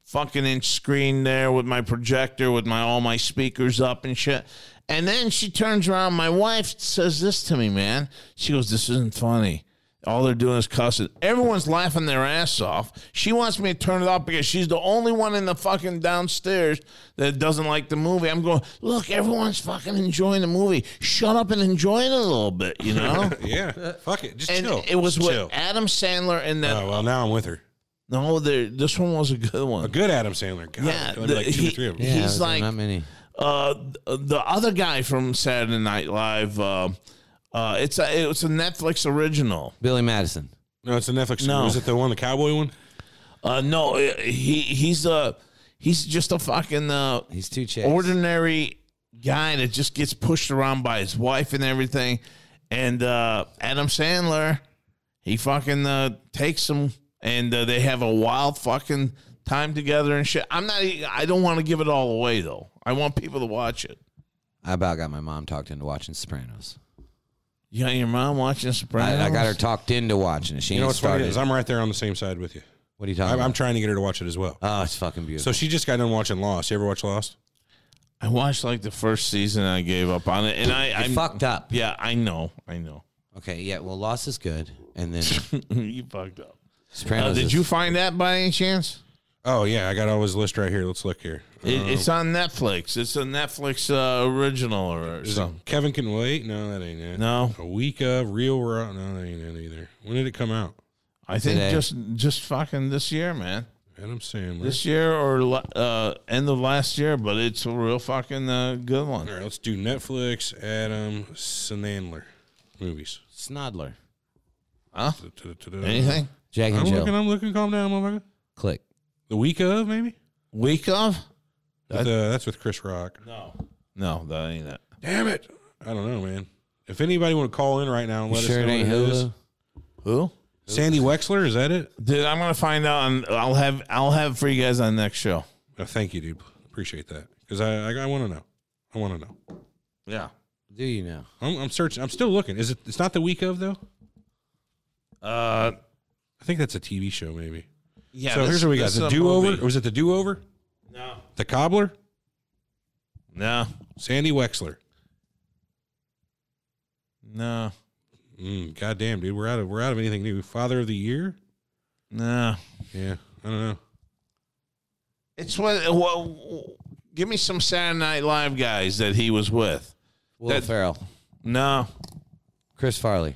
Speaker 4: fucking inch screen there with my projector, with my all my speakers up and shit. And then she turns around. My wife says this to me, man. She goes, "This isn't funny." All they're doing is cussing. Everyone's laughing their ass off. She wants me to turn it off because she's the only one in the fucking downstairs that doesn't like the movie. I'm going, look, everyone's fucking enjoying the movie. Shut up and enjoy it a little bit, you know?
Speaker 2: Yeah, fuck it, just
Speaker 4: Uh, and
Speaker 2: chill.
Speaker 4: it was
Speaker 2: Just
Speaker 4: with
Speaker 2: chill.
Speaker 4: Adam Sandler and that.
Speaker 2: Oh well, now I'm with her.
Speaker 4: no, there, this one was a good one.
Speaker 2: A good Adam Sandler. God,
Speaker 4: Yeah,
Speaker 2: yeah,
Speaker 4: the-
Speaker 2: like two
Speaker 4: he-
Speaker 2: or three of them.
Speaker 3: yeah,
Speaker 4: he's
Speaker 3: there's
Speaker 4: like-
Speaker 3: not many.
Speaker 4: Uh, the other guy from Saturday Night Live. Uh, uh, it's a it's a Netflix original.
Speaker 3: Billy Madison.
Speaker 2: No, it's a Netflix.
Speaker 4: No.
Speaker 2: was it the one, the cowboy one?
Speaker 4: Uh, no, uh, he he's a he's just a fucking uh,
Speaker 3: He's two chicks.
Speaker 4: ordinary guy that just gets pushed around by his wife and everything. And uh, Adam Sandler, he fucking uh, takes him, and uh, they have a wild fucking time together and shit. I'm not. e, I don't want to give it all away though. I want people to watch it.
Speaker 3: I about got my mom talked into watching Sopranos.
Speaker 4: You got your mom watching Sopranos.
Speaker 3: I, I got her talked into watching it. She
Speaker 2: You know
Speaker 3: ain't
Speaker 2: what's funny
Speaker 3: started.
Speaker 2: is I'm right there on the same side with you.
Speaker 3: what are you talking
Speaker 2: I'm, I'm
Speaker 3: about?
Speaker 2: trying to get her to watch it as well.
Speaker 3: oh, it's fucking
Speaker 2: So
Speaker 3: beautiful.
Speaker 2: she just got done watching Lost. You ever watch Lost?
Speaker 4: I watched like the first season. I gave up on it, and I
Speaker 3: You're
Speaker 4: I'm,
Speaker 3: fucked up.
Speaker 4: Yeah, I know. I know.
Speaker 3: Okay, yeah. Well, Lost is good, and then
Speaker 4: you fucked up. Uh,
Speaker 3: Sopranos.
Speaker 4: did
Speaker 3: is-
Speaker 4: you find that by any chance?
Speaker 2: Oh yeah, I got all his list right here. Let's look here.
Speaker 4: It, it's on Netflix. It's a Netflix uh, original or
Speaker 2: Um, Is it
Speaker 4: something.
Speaker 2: Kevin can wait. No, that ain't it.
Speaker 4: No,
Speaker 2: A week of real raw. No, that ain't it either. When did it come out?
Speaker 4: I think
Speaker 3: Today.
Speaker 4: just just fucking this year, man.
Speaker 2: Adam Sandler.
Speaker 4: this year or la- uh, end of last year, but it's a real fucking uh, good one.
Speaker 2: All right, let's do Netflix Adam Sandler movies.
Speaker 3: Snodler.
Speaker 4: Huh?
Speaker 2: Da-da-da-da.
Speaker 4: Anything?
Speaker 3: Jack
Speaker 2: I'm
Speaker 3: and
Speaker 2: looking.
Speaker 3: Jill.
Speaker 2: I'm looking. Calm down, motherfucker.
Speaker 3: Click.
Speaker 2: The week of maybe.
Speaker 4: Week of?
Speaker 2: With, uh, that's with Chris Rock.
Speaker 4: No. No, that ain't it.
Speaker 2: Damn it! I don't know, man. If anybody want to call in right now and
Speaker 3: You
Speaker 2: let
Speaker 3: sure
Speaker 2: us
Speaker 3: it
Speaker 2: know what
Speaker 3: ain't
Speaker 2: it is,
Speaker 3: Hulu?
Speaker 4: Who?
Speaker 2: Sandy Wexler is that it?
Speaker 4: Dude, I'm gonna find out. And I'll have I'll have for you guys on next show.
Speaker 2: Oh, thank you, dude. Appreciate that because I I, I want to know. I want to know.
Speaker 4: Yeah.
Speaker 3: Do you know?
Speaker 2: I'm, I'm searching. I'm still looking. Is it? It's not the week of though.
Speaker 4: Uh.
Speaker 2: I think that's a TV show maybe.
Speaker 4: Yeah.
Speaker 2: so
Speaker 4: this-
Speaker 2: here's what we got:
Speaker 4: this is
Speaker 2: the
Speaker 4: a
Speaker 2: do over.
Speaker 4: movie.
Speaker 2: Was it the do over?
Speaker 4: No.
Speaker 2: The cobbler.
Speaker 4: No.
Speaker 2: Sandy Wexler.
Speaker 4: No.
Speaker 2: Mm, God damn, dude, we're out of we're out of anything new. Father of the year.
Speaker 4: No.
Speaker 2: Yeah, I don't know.
Speaker 4: It's what. Well, give me some Saturday Night Live guys that he was with.
Speaker 3: Will
Speaker 4: That-
Speaker 3: Ferrell.
Speaker 4: No.
Speaker 3: Chris Farley.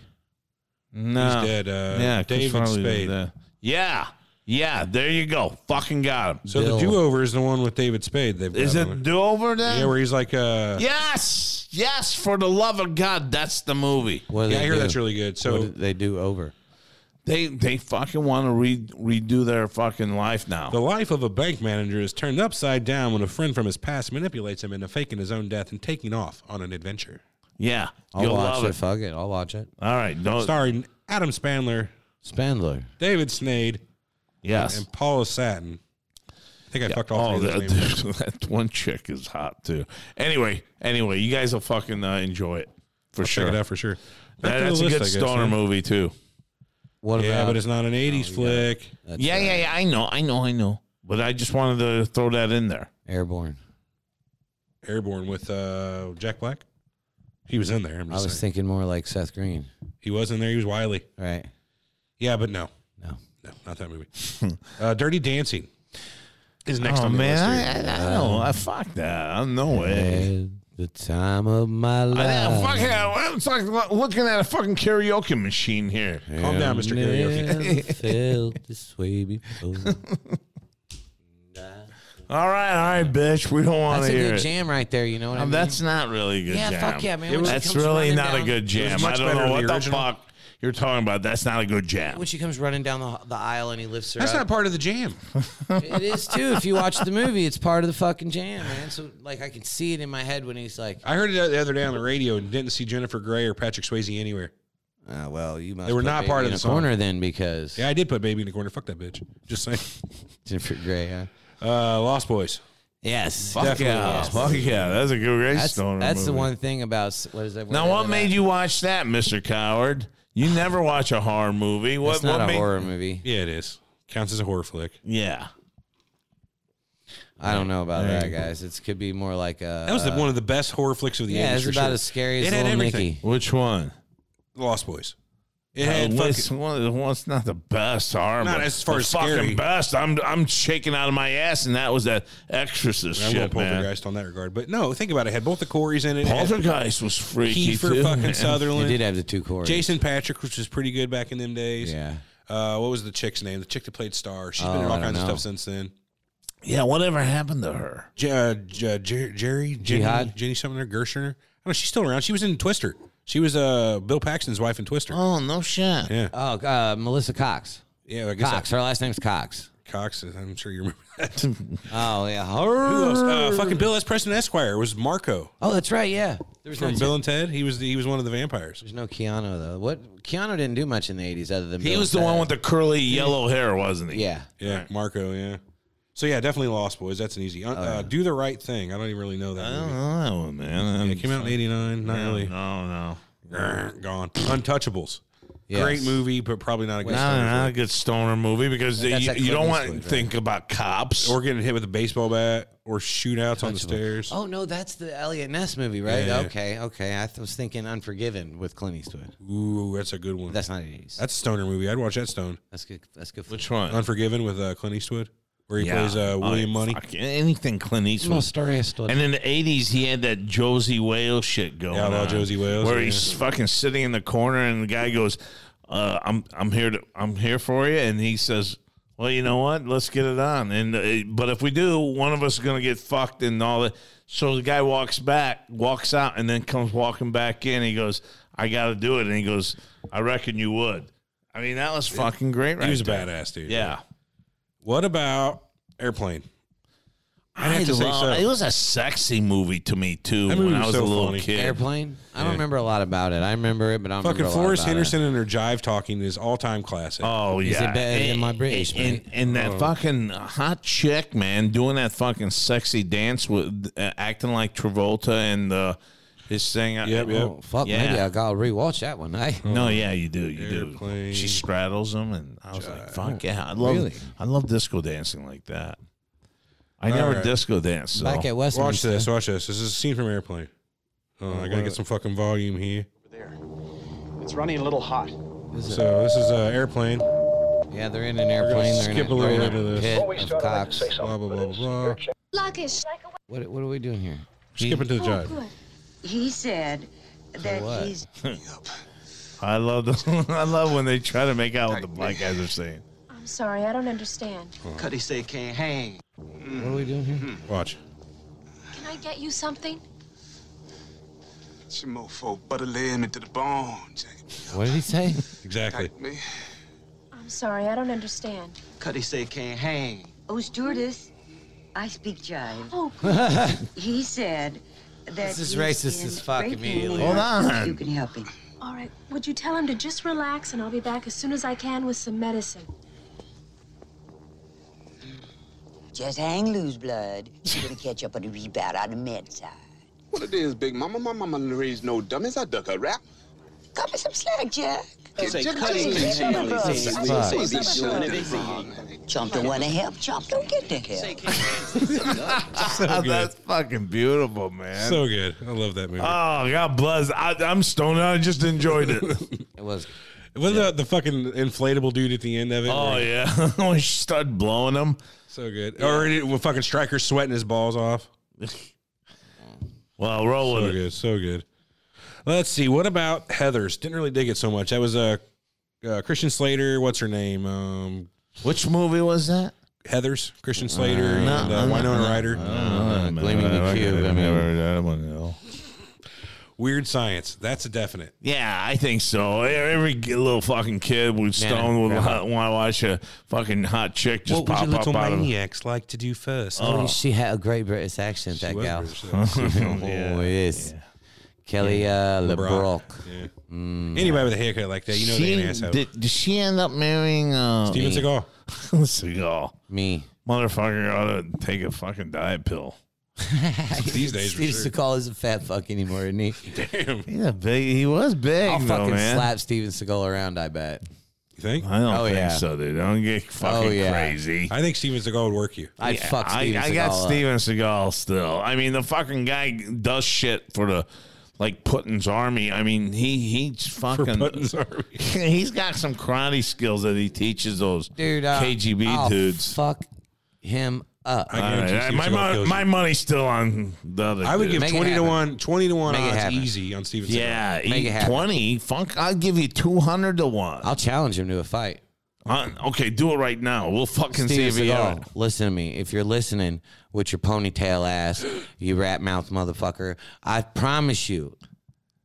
Speaker 4: No.
Speaker 2: He's dead. Uh,
Speaker 4: Oh. Yeah. Chris
Speaker 2: David
Speaker 4: Farley was
Speaker 2: Spade.
Speaker 4: there. Yeah. Yeah. There you go. Fucking got him.
Speaker 2: So
Speaker 3: Bill.
Speaker 2: the do over is the one with David Spade. They've got
Speaker 4: Is
Speaker 2: on
Speaker 4: it
Speaker 2: it.
Speaker 4: do over then?
Speaker 2: yeah, where he's like, uh, yeah,
Speaker 4: yes. Yes. For the love of God, that's the movie.
Speaker 3: What do
Speaker 2: I
Speaker 3: they
Speaker 2: hear
Speaker 3: do?
Speaker 2: that's really good.
Speaker 3: What
Speaker 2: So
Speaker 3: did they do over?
Speaker 4: They they fucking want to re- redo their fucking life now.
Speaker 2: the life of a bank manager is turned upside down when a friend from his past manipulates him into faking his own death and taking off on an adventure.
Speaker 4: yeah,
Speaker 3: I'll
Speaker 4: you'll
Speaker 3: watch
Speaker 4: love
Speaker 3: it.
Speaker 4: it.
Speaker 3: Fuck it. I'll watch it.
Speaker 4: All right, don't.
Speaker 2: Starring Adam Spandler,
Speaker 3: Spandler.
Speaker 2: David Snade,
Speaker 4: Yes.
Speaker 2: and Paula Satin. I think I fucked all
Speaker 4: Oh,
Speaker 2: three of
Speaker 4: that,
Speaker 2: those names.
Speaker 4: that one chick is hot too. Anyway, anyway, you guys will fucking uh, enjoy it for sure.
Speaker 2: Check it out for sure. Back
Speaker 4: That-
Speaker 2: to the
Speaker 4: that's a
Speaker 2: list,
Speaker 4: good
Speaker 2: I guess,
Speaker 4: stoner
Speaker 2: yeah.
Speaker 4: movie too.
Speaker 3: What
Speaker 2: Yeah,
Speaker 3: about?
Speaker 2: but it's not an '80s flick.
Speaker 3: that's uh,
Speaker 4: Yeah,
Speaker 3: right.
Speaker 4: yeah, yeah. I know, I know, I know. But I just wanted to throw that in there.
Speaker 3: Airborne.
Speaker 2: Airborne with uh, Jack Black. He was in there. I'm
Speaker 3: I
Speaker 2: just
Speaker 3: was
Speaker 2: saying.
Speaker 3: thinking more like Seth Green.
Speaker 2: he was in there. He was Wiley.
Speaker 3: Right.
Speaker 2: Yeah, but no,
Speaker 3: No.
Speaker 2: no, not that movie. uh, Dirty Dancing is next
Speaker 4: oh
Speaker 2: on the list. here.
Speaker 4: man, I, I, I don't. I fuck that. I no way.
Speaker 3: Had the time of my
Speaker 4: I, I,
Speaker 3: life.
Speaker 4: fuck it. I'm fucking looking at a fucking karaoke machine here.
Speaker 2: Calm down, Mr. Karaoke.
Speaker 3: Never felt this way before.
Speaker 4: All right, all right, bitch. We don't want
Speaker 3: That's
Speaker 4: to
Speaker 3: a
Speaker 4: hear
Speaker 3: good
Speaker 4: it.
Speaker 3: jam right there. You know what I
Speaker 4: Um,
Speaker 3: mean?
Speaker 4: that's not really a good
Speaker 3: Yeah,
Speaker 4: jam.
Speaker 3: fuck yeah, man. When she
Speaker 4: that's
Speaker 3: comes
Speaker 4: really
Speaker 3: running
Speaker 4: not
Speaker 3: down-
Speaker 4: a good jam. I
Speaker 2: much
Speaker 4: don't
Speaker 2: better
Speaker 4: know
Speaker 2: than
Speaker 4: what
Speaker 2: the
Speaker 4: the,
Speaker 2: original.
Speaker 4: fuck you're talking about. That's not a good jam.
Speaker 3: when she comes running down the, the aisle and he lifts her
Speaker 2: That's
Speaker 3: up.
Speaker 2: not part of the jam.
Speaker 3: it is too. If you watch the movie, it's part of the fucking jam, man. So like I can see it in my head when he's like,
Speaker 2: I heard it the other day on the radio and didn't see Jennifer Grey or Patrick Swayze anywhere.
Speaker 3: uh, "Well, you must."
Speaker 2: They were
Speaker 3: put
Speaker 2: not
Speaker 3: baby
Speaker 2: part of
Speaker 3: in
Speaker 2: the
Speaker 3: a
Speaker 2: song.
Speaker 3: corner then because
Speaker 2: Yeah, I did put Baby in the corner. Fuck that bitch. Just saying.
Speaker 3: Jennifer Grey. Huh?
Speaker 2: Uh, Lost Boys.
Speaker 3: Yes,
Speaker 4: fuck
Speaker 2: definitely
Speaker 4: yeah,
Speaker 2: is.
Speaker 4: fuck yeah. That's a good race.
Speaker 3: that's
Speaker 4: stoner
Speaker 3: that's the
Speaker 4: movie.
Speaker 3: one thing about s- what is that?
Speaker 4: Now, what made you watch that, Mister Coward? You never watch a horror movie. What?
Speaker 3: It's not
Speaker 4: what
Speaker 3: a
Speaker 4: made-
Speaker 3: horror movie.
Speaker 2: Yeah, it is. Counts as a horror flick.
Speaker 4: Yeah.
Speaker 3: I don't know about that, guys. It could be more like a.
Speaker 2: That was the, one of the best horror flicks of the
Speaker 3: yeah,
Speaker 2: 80s.
Speaker 3: it's
Speaker 2: for
Speaker 3: about
Speaker 2: sure.
Speaker 3: as scary as
Speaker 2: It had
Speaker 3: Little
Speaker 2: everything.
Speaker 3: Nicky.
Speaker 4: Which one?
Speaker 2: Lost Boys. It
Speaker 4: Uh,
Speaker 2: had
Speaker 4: what's,
Speaker 2: fucking,
Speaker 4: one, what's not the best horror?
Speaker 2: Not
Speaker 4: movie?
Speaker 2: as far
Speaker 4: the
Speaker 2: as
Speaker 4: fucking
Speaker 2: scary.
Speaker 4: best. I'm I'm shaking out of my ass, and that was that Exorcist
Speaker 2: I'm going
Speaker 4: shit, man.
Speaker 2: poltergeist on that regard. But no, think about it. It had both the Coreys in it. It had
Speaker 4: Poltergeist was freaky
Speaker 2: Kiefer
Speaker 4: too.
Speaker 2: fucking
Speaker 4: man.
Speaker 3: It
Speaker 2: Sutherland.
Speaker 3: did have the two cores.
Speaker 2: Jason Patrick, which was pretty good back in them days.
Speaker 3: Yeah.
Speaker 2: Uh, what was the chick's name? The chick that played Star. She's been in
Speaker 3: Oh, I
Speaker 2: all
Speaker 3: don't
Speaker 2: kinds
Speaker 3: know.
Speaker 2: of stuff since then.
Speaker 4: Yeah, whatever happened to her?
Speaker 2: J- uh, J- uh, Jer- Jerry, Jenny,
Speaker 3: Jihad?
Speaker 2: Jenny something or Gershner. I don't know. She's still around. She was in Twister. She was uh, Bill Paxton's wife in Twister.
Speaker 4: Oh no shit.
Speaker 2: Yeah.
Speaker 3: Oh, uh, Melissa Cox.
Speaker 2: Yeah, I guess
Speaker 3: Cox. Her last name's Cox.
Speaker 2: That, Cox. is- I'm sure you remember that.
Speaker 3: Oh yeah.
Speaker 2: Who else? Uh, fucking Bill S. Preston Esquire was Marco
Speaker 3: oh, that's right. Yeah. There was no,
Speaker 2: from Bill and Ted. He was the, he was one of the vampires.
Speaker 3: there's no Keanu though. What Keanu didn't do much in the '80s other than
Speaker 4: He
Speaker 3: Bill
Speaker 4: was the
Speaker 3: and
Speaker 4: one
Speaker 3: Ted.
Speaker 4: with the curly yellow hair, wasn't he?
Speaker 3: Yeah.
Speaker 2: Yeah, Marco. Yeah. So yeah, definitely Lost Boys. That's an easy.
Speaker 3: Oh,
Speaker 2: Uh, uh, Do the right thing. I don't even really know that.
Speaker 4: I
Speaker 2: movie.
Speaker 4: don't know that one, man.
Speaker 2: Yeah, it came out in '89. Not really.
Speaker 4: No, no.
Speaker 2: Grr, Gone. Untouchables.
Speaker 3: Yes.
Speaker 2: Great movie, but probably not a good
Speaker 4: Not,
Speaker 2: story.
Speaker 4: not a good stoner movie because
Speaker 3: That's
Speaker 4: you,
Speaker 3: that
Speaker 4: you don't
Speaker 3: Clint
Speaker 4: want to
Speaker 3: Eastwood, right?
Speaker 4: think about cops.
Speaker 2: Or getting hit with a baseball bat, or shootouts on the stairs.
Speaker 3: Oh no, that's the Elliot Ness movie, right?
Speaker 2: Yeah, yeah.
Speaker 3: Okay, okay. I th- was thinking Unforgiven with Clint Eastwood.
Speaker 2: Ooh, that's a good one. That's,
Speaker 3: That's not '80s.
Speaker 2: a stoner movie. I'd watch that stone.
Speaker 3: That's good. That's good.
Speaker 4: Which one?
Speaker 2: Unforgiven with uh, Clint Eastwood, where he plays uh,
Speaker 4: Oh,
Speaker 2: William Money.
Speaker 4: fuck, anything Clint Eastwood. And in the eighties, he had that Josie Wales shit going.
Speaker 2: Outlaw
Speaker 4: on,
Speaker 2: Josie Wales,
Speaker 4: where
Speaker 2: yeah.
Speaker 4: he's fucking sitting in the corner, and the guy goes, uh, "I'm I'm here to I'm here for you," and he says, Well, you know what? Let's get it on. And uh, but if we do, one of us is gonna get fucked and all that. So the guy walks back, walks out, and then comes walking back in. He goes, "I got to do it," and he goes, "I reckon you would." I mean, that was fucking great, right?
Speaker 2: He was a
Speaker 4: there.
Speaker 2: badass dude.
Speaker 4: Yeah,
Speaker 2: What about Airplane?
Speaker 4: I
Speaker 2: have to say
Speaker 4: love-
Speaker 2: so.
Speaker 4: It was a sexy movie to me too
Speaker 2: That
Speaker 4: when
Speaker 2: movie
Speaker 4: I
Speaker 2: was
Speaker 4: was
Speaker 2: so
Speaker 4: a little
Speaker 2: funny.
Speaker 4: kid.
Speaker 3: Airplane. I don't remember a lot about it. I remember it, but I don't
Speaker 2: Fucking
Speaker 3: remember a lot
Speaker 2: Forrest
Speaker 3: about it.
Speaker 2: Henderson and her jive talking is all time classic.
Speaker 4: Oh
Speaker 3: Is it
Speaker 4: yeah,
Speaker 3: better than my British, Oh.
Speaker 4: And,
Speaker 3: mate?
Speaker 4: and that fucking hot chick, man, doing that fucking sexy dance with uh, acting like Travolta and uh, his thing.
Speaker 2: Yep, yep.
Speaker 3: Oh fuck!
Speaker 4: Yeah.
Speaker 3: Maybe I gotta rewatch that one. I
Speaker 4: No, yeah, you do, you
Speaker 2: Airplane.
Speaker 4: do. She straddles him, and I was like, "Fuck yeah!" I love,
Speaker 3: Really?
Speaker 4: I love disco dancing like that. I never
Speaker 2: right.
Speaker 4: disco danced. So.
Speaker 3: back at Westminster.
Speaker 2: watch this. Watch this. This is a scene from Airplane. Oh, I gotta get some fucking volume here.
Speaker 6: It's running a little hot.
Speaker 2: So this is uh, Airplane. Blah
Speaker 3: Yeah, they're in an airplane. They're in
Speaker 2: skip a
Speaker 3: a,
Speaker 2: little
Speaker 3: they're in
Speaker 2: bit of
Speaker 3: a
Speaker 2: this.
Speaker 6: Always
Speaker 3: pit of
Speaker 6: start out and
Speaker 3: cocks.
Speaker 6: say something.
Speaker 2: blah blah blah. blah.
Speaker 7: Blockish. Like a
Speaker 3: What what are we doing here?
Speaker 2: Skip into the jive.
Speaker 8: He said that
Speaker 3: what?
Speaker 8: he's
Speaker 4: I love, the, I love when they try to make out what the black guys are saying.
Speaker 7: I'm sorry, I don't understand.
Speaker 6: Cuddy say can't hang.
Speaker 3: What are we doing here?
Speaker 2: Watch.
Speaker 7: Can I get you something?
Speaker 9: This mofo butter led me to the bone, Jack.
Speaker 3: What did he say?
Speaker 2: Exactly.
Speaker 9: Me?
Speaker 7: I'm sorry, I don't understand.
Speaker 6: Cuddy say can't hang.
Speaker 8: oh stewardess. I speak jive.
Speaker 7: Oh,
Speaker 8: He said that
Speaker 3: This is
Speaker 8: he's
Speaker 3: racist
Speaker 8: in
Speaker 3: as fuck
Speaker 8: great pain
Speaker 3: immediately.
Speaker 8: and
Speaker 4: Hold
Speaker 8: asks if
Speaker 4: on.
Speaker 8: You can help him.
Speaker 7: all right. Would you tell him to just relax and I'll be back as soon as I can with some medicine?
Speaker 8: Just hang loose, blood. He's gonna catch up on the rebound on the med side.
Speaker 9: What it is, big mama? My mama raised no dummies. I duck her rap.
Speaker 8: Cut me some slack, Jack.
Speaker 6: Say
Speaker 9: Jack,
Speaker 6: Cuddy can't
Speaker 9: Jack, Jack,
Speaker 6: hang.
Speaker 9: Jack,
Speaker 6: Say
Speaker 9: Jack,
Speaker 3: fuck.
Speaker 9: Jack, Jack,
Speaker 6: Say
Speaker 9: Jack,
Speaker 6: Cuddy
Speaker 9: Jack, Jack, Jack.
Speaker 8: Chomp don't want to help. Chomp don't get the help.
Speaker 6: can't hang.
Speaker 2: good.
Speaker 4: That's fucking beautiful, man.
Speaker 2: So good. I love that movie.
Speaker 4: Oh God bless! I, I'm stoned. out. I just enjoyed it.
Speaker 3: It was
Speaker 2: what about the fucking inflatable dude at the end of it?
Speaker 4: oh yeah, when she started blowing him.
Speaker 2: So good. Or it, with fucking Striker sweating his balls off.
Speaker 4: Well, roll
Speaker 2: So
Speaker 4: with it.
Speaker 2: good. So good. Let's see. What about Heather's? Didn't really dig it so much. That was a uh, uh, Christian Slater. What's her name? Um,
Speaker 4: Which movie was that?
Speaker 2: Heather's Christian Slater and uh,
Speaker 4: I'm not-
Speaker 2: Winona Ryder.
Speaker 4: Uh,
Speaker 3: Gleaming the Cube, I mean-
Speaker 2: Weird Science. That's a definite.
Speaker 4: Yeah, I think so. E-, Every little fucking kid would stone would
Speaker 3: grandma.
Speaker 4: want to watch a fucking hot chick just pop up out of.
Speaker 2: like to do first?
Speaker 3: Oh, she had a great British accent, that gal. oh, yes. Kelly uh, LeBrock.
Speaker 2: Yeah. Anybody with a haircut like that, you know they're an asshole.
Speaker 4: did, did she end up marrying uh,
Speaker 2: Steven Seagal.
Speaker 4: Seagal?
Speaker 3: Me.
Speaker 4: Motherfucker ought to take a fucking diet pill.
Speaker 2: These days, for
Speaker 3: Steve
Speaker 2: sure.
Speaker 3: Seagal is a fat fuck anymore, isn't he?
Speaker 4: He's a big. He was big,
Speaker 3: I'll
Speaker 4: though,
Speaker 3: fucking
Speaker 4: man.
Speaker 3: slap Steven Seagal around, I bet.
Speaker 2: You think?
Speaker 4: I don't
Speaker 3: Oh,
Speaker 4: think
Speaker 3: yeah.
Speaker 4: so, dude. Don't get fucking
Speaker 3: Oh, yeah.
Speaker 4: crazy.
Speaker 2: I think Steven Seagal would work you.
Speaker 3: I'd
Speaker 4: Yeah,
Speaker 3: fuck Steven
Speaker 4: I, I
Speaker 3: Seagal.
Speaker 4: got
Speaker 3: up.
Speaker 4: Steven Seagal still. I mean, the fucking guy does shit for the like Putin's army. I mean, he he's
Speaker 2: For
Speaker 4: fucking.
Speaker 2: Putin's army.
Speaker 4: he's got some karate skills that he teaches those
Speaker 3: Dude, uh,
Speaker 4: KGB
Speaker 3: I'll
Speaker 4: dudes.
Speaker 3: Fuck him up.
Speaker 2: I
Speaker 4: All
Speaker 2: guarantee
Speaker 4: right,
Speaker 2: Steven
Speaker 4: my
Speaker 2: Seagal
Speaker 4: mon-
Speaker 2: kills
Speaker 4: my
Speaker 2: you.
Speaker 4: money's still on the other.
Speaker 2: I would
Speaker 4: dude.
Speaker 2: give
Speaker 3: Make it
Speaker 2: 20 to
Speaker 3: happen.
Speaker 2: 1, 20 to 1
Speaker 3: Make it
Speaker 2: odds
Speaker 3: happen.
Speaker 2: easy on Steven Seagal.
Speaker 4: yeah,
Speaker 3: Make
Speaker 4: eat
Speaker 3: it happen. Uh,
Speaker 4: twenty. Funk, I'll give you two hundred to one.
Speaker 3: I'll challenge him to a fight.
Speaker 4: Uh, okay, do it right now. We'll fucking see
Speaker 3: Steven
Speaker 4: if he. ever-
Speaker 3: Seagal, listen to me. If you're listening with your ponytail ass, you rat mouth motherfucker, I promise you,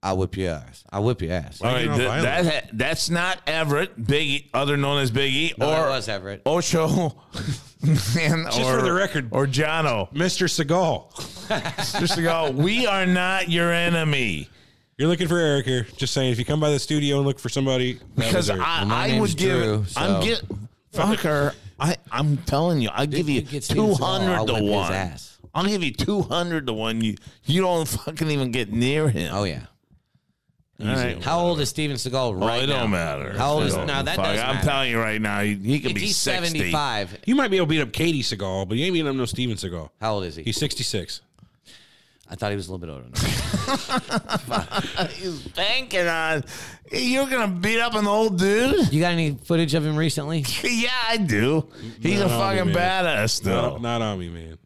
Speaker 3: I'll whip your ass. I'll whip your ass.
Speaker 4: All right,
Speaker 2: You're
Speaker 4: th-
Speaker 2: not
Speaker 4: that ha- that's not Everett, Biggie, other known as Biggie,
Speaker 3: No,
Speaker 4: or
Speaker 3: it was Everett.
Speaker 4: Ocho, man,
Speaker 2: Just
Speaker 4: or,
Speaker 2: for the record.
Speaker 4: or Jono.
Speaker 2: Mr. Seagal.
Speaker 4: Just to go, we are not your enemy
Speaker 2: You're looking for Eric here. Just saying, if you come by the studio and look for somebody, that was
Speaker 4: because I,
Speaker 2: Eric.
Speaker 3: my
Speaker 4: I
Speaker 3: name's
Speaker 4: would give
Speaker 3: Drew, so-
Speaker 4: I'm get fucker. I I'm telling you, I give you
Speaker 3: could get Steven
Speaker 4: two
Speaker 3: Seagal,
Speaker 4: hundred
Speaker 3: I'll
Speaker 4: to
Speaker 3: whip his
Speaker 4: one.
Speaker 3: ass.
Speaker 4: I'll give you two hundred to one. You you don't fucking even get near him.
Speaker 3: Oh, yeah.
Speaker 4: All right.
Speaker 3: How old is Steven Seagal
Speaker 4: Oh,
Speaker 3: right
Speaker 4: it
Speaker 3: now?
Speaker 4: don't matter.
Speaker 3: How old
Speaker 4: It
Speaker 3: is-
Speaker 4: don't
Speaker 3: no, that
Speaker 4: fuck.
Speaker 3: does
Speaker 4: I'm
Speaker 3: matter.
Speaker 4: telling you right now, he, he could
Speaker 3: If
Speaker 4: be
Speaker 3: he's
Speaker 4: 60.
Speaker 3: 75,
Speaker 2: you might be able to beat up Katie Seagal, but you ain't beating up no Steven Seagal.
Speaker 3: how old is he?
Speaker 2: He's 66.
Speaker 3: I thought he was a little bit older. than that.
Speaker 4: He's banking on you're gonna beat up an old dude.
Speaker 3: you got any footage of him recently?
Speaker 4: yeah, I do. He's a
Speaker 2: No,
Speaker 4: fucking
Speaker 2: man.
Speaker 4: badass,
Speaker 2: Not,
Speaker 4: though.
Speaker 2: not on me, man.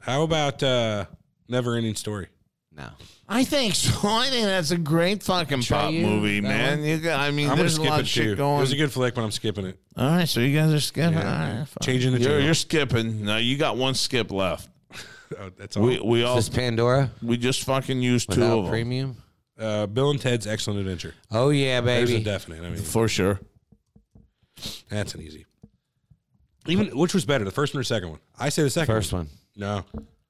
Speaker 2: How about uh, Never Ending Story?
Speaker 3: No.
Speaker 4: I think so. I think that's a great fucking
Speaker 3: Try
Speaker 4: pop
Speaker 3: you,
Speaker 4: movie,
Speaker 3: that
Speaker 4: man.
Speaker 3: one?
Speaker 4: You got, I mean,
Speaker 2: I'm gonna
Speaker 4: there's a
Speaker 2: skip
Speaker 4: lot
Speaker 2: it
Speaker 4: of
Speaker 2: too.
Speaker 4: shit
Speaker 2: It
Speaker 4: going.
Speaker 2: was a good flick, but I'm skipping it.
Speaker 4: All right, so you guys are skipping. All right, fine.
Speaker 2: Changing the
Speaker 4: you're,
Speaker 2: channel.
Speaker 4: you're skipping. Now you got one skip left.
Speaker 2: Oh, that's all.
Speaker 4: We we all
Speaker 3: Is this Pandora
Speaker 4: we just fucking used two
Speaker 3: without
Speaker 4: of them
Speaker 3: premium?
Speaker 2: uh, Bill and Ted's Excellent Adventure.
Speaker 3: Oh yeah,
Speaker 2: There's a
Speaker 3: baby.
Speaker 2: definite. I mean,
Speaker 4: for sure.
Speaker 2: that's an easy. Even which was better, the first one or second one? I say the second.
Speaker 3: First one.
Speaker 2: No,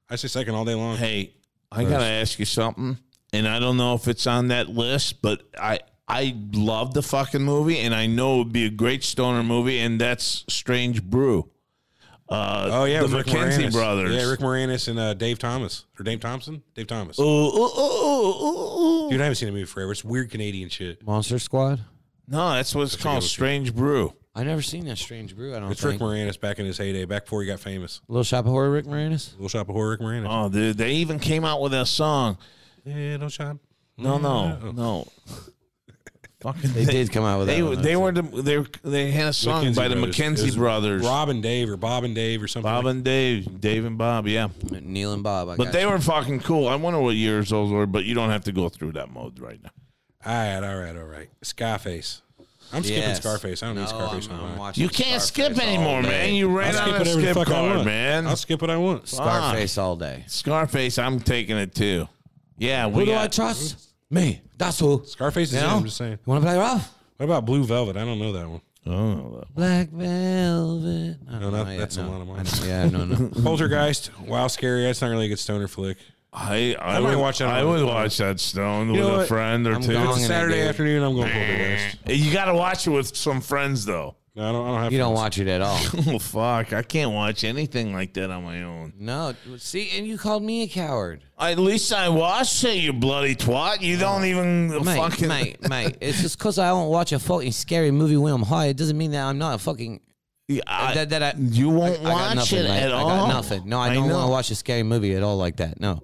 Speaker 2: I say second all day long.
Speaker 4: Hey, I gotta ask you something, and I don't know if it's on that list, but I I love the fucking movie, and I know it would be a great stoner movie, and that's Strange Brew. Uh,
Speaker 2: oh yeah,
Speaker 4: the
Speaker 2: it was Rick
Speaker 4: McKenzie
Speaker 2: Moranis.
Speaker 4: brothers.
Speaker 2: Yeah, Rick Moranis and uh, Dave Thomas or Dave Thompson. Dave Thomas.
Speaker 4: Ooh, ooh, ooh, ooh, ooh, ooh.
Speaker 2: Dude, I haven't seen a movie forever. It's weird Canadian shit.
Speaker 3: Monster Squad.
Speaker 4: No, that's what it's called, Strange Brew.
Speaker 3: I never seen that strange brew. I don't
Speaker 2: It's Rick
Speaker 3: think.
Speaker 2: Moranis back in his heyday, back before he got famous.
Speaker 3: Little Shop of Horror, Rick Moranis.
Speaker 2: Little Shop of Horror, Rick Moranis.
Speaker 4: Oh, dude, they even came out with a song.
Speaker 2: Little Shop.
Speaker 4: No, no, no. Fucking
Speaker 3: They did come out with that.
Speaker 4: They
Speaker 3: one,
Speaker 4: they
Speaker 3: though.
Speaker 4: were the, they were- they had a song
Speaker 2: McKenzie
Speaker 4: by the
Speaker 2: brothers. It
Speaker 4: McKenzie
Speaker 2: was
Speaker 4: brothers,
Speaker 2: Rob and Dave, or Bob and Dave, or something.
Speaker 4: Bob
Speaker 2: like-
Speaker 4: and Dave, Dave and Bob, yeah.
Speaker 3: Neil and Bob. I
Speaker 4: But
Speaker 3: got
Speaker 4: they
Speaker 3: you.
Speaker 4: were fucking cool. I wonder what years those were, but you don't have to go through that mode right now.
Speaker 2: all right, all right, all right. Scarface. I'm skipping
Speaker 3: Yes.
Speaker 2: Scarface. I don't
Speaker 3: No,
Speaker 2: need Scarface.
Speaker 3: I'm,
Speaker 2: no
Speaker 3: I'm
Speaker 2: more.
Speaker 3: watching
Speaker 4: You can't
Speaker 3: Scarface
Speaker 4: skip
Speaker 3: all
Speaker 4: anymore,
Speaker 3: day.
Speaker 4: man. You ran
Speaker 2: I'll
Speaker 4: out
Speaker 2: skip
Speaker 4: of
Speaker 2: whatever the
Speaker 4: skip
Speaker 2: fuck I
Speaker 4: card,
Speaker 2: want,
Speaker 4: man.
Speaker 2: I'll skip what I want.
Speaker 3: Scarface all day.
Speaker 4: Scarface, I'm taking it too. Yeah, we
Speaker 3: Who do I
Speaker 4: got.
Speaker 3: trust? Me. That's who.
Speaker 2: Scarface is
Speaker 3: You
Speaker 2: in.
Speaker 3: know?
Speaker 2: I'm just saying.
Speaker 3: You want to play rough?
Speaker 2: What about Blue Velvet? I don't know that one.
Speaker 4: Oh,
Speaker 3: Black Velvet. I don't
Speaker 2: that-
Speaker 3: know yet,
Speaker 2: that's a
Speaker 3: no.
Speaker 2: lot of mine.
Speaker 3: I know- Yeah, no, no.
Speaker 2: Poltergeist. Wow, scary. That's not really a good stoner flick.
Speaker 4: I I,
Speaker 2: I might
Speaker 4: would
Speaker 2: watch
Speaker 4: watch
Speaker 2: that
Speaker 4: that. I
Speaker 2: on-
Speaker 4: would watch that Stone
Speaker 2: know
Speaker 4: with a
Speaker 2: what?
Speaker 4: friend or
Speaker 3: I'm
Speaker 4: two.
Speaker 3: gone.
Speaker 2: It's a
Speaker 3: gonna
Speaker 2: Saturday
Speaker 3: do-
Speaker 2: afternoon. I'm going Poltergeist.
Speaker 4: You got to watch it with some friends though.
Speaker 2: No, I don't. I don't have.
Speaker 3: You don't
Speaker 2: friends.
Speaker 3: watch it at all.
Speaker 4: Oh fuck, I can't watch anything like that on my own.
Speaker 3: No. See, and you called me a coward.
Speaker 4: At least I watched it, you bloody twat. You don't even
Speaker 3: Mate,
Speaker 4: fucking
Speaker 3: mate, mate. It's just because I won't watch a fucking scary movie when I'm high. It doesn't mean that I'm not a fucking.
Speaker 4: I-
Speaker 3: that, that I,
Speaker 4: You won't
Speaker 3: I got
Speaker 4: watch
Speaker 3: nothing,
Speaker 4: it
Speaker 3: mate.
Speaker 4: at all.
Speaker 3: I got nothing. No, I don't
Speaker 4: know.
Speaker 3: want to watch a scary movie at all like that. No.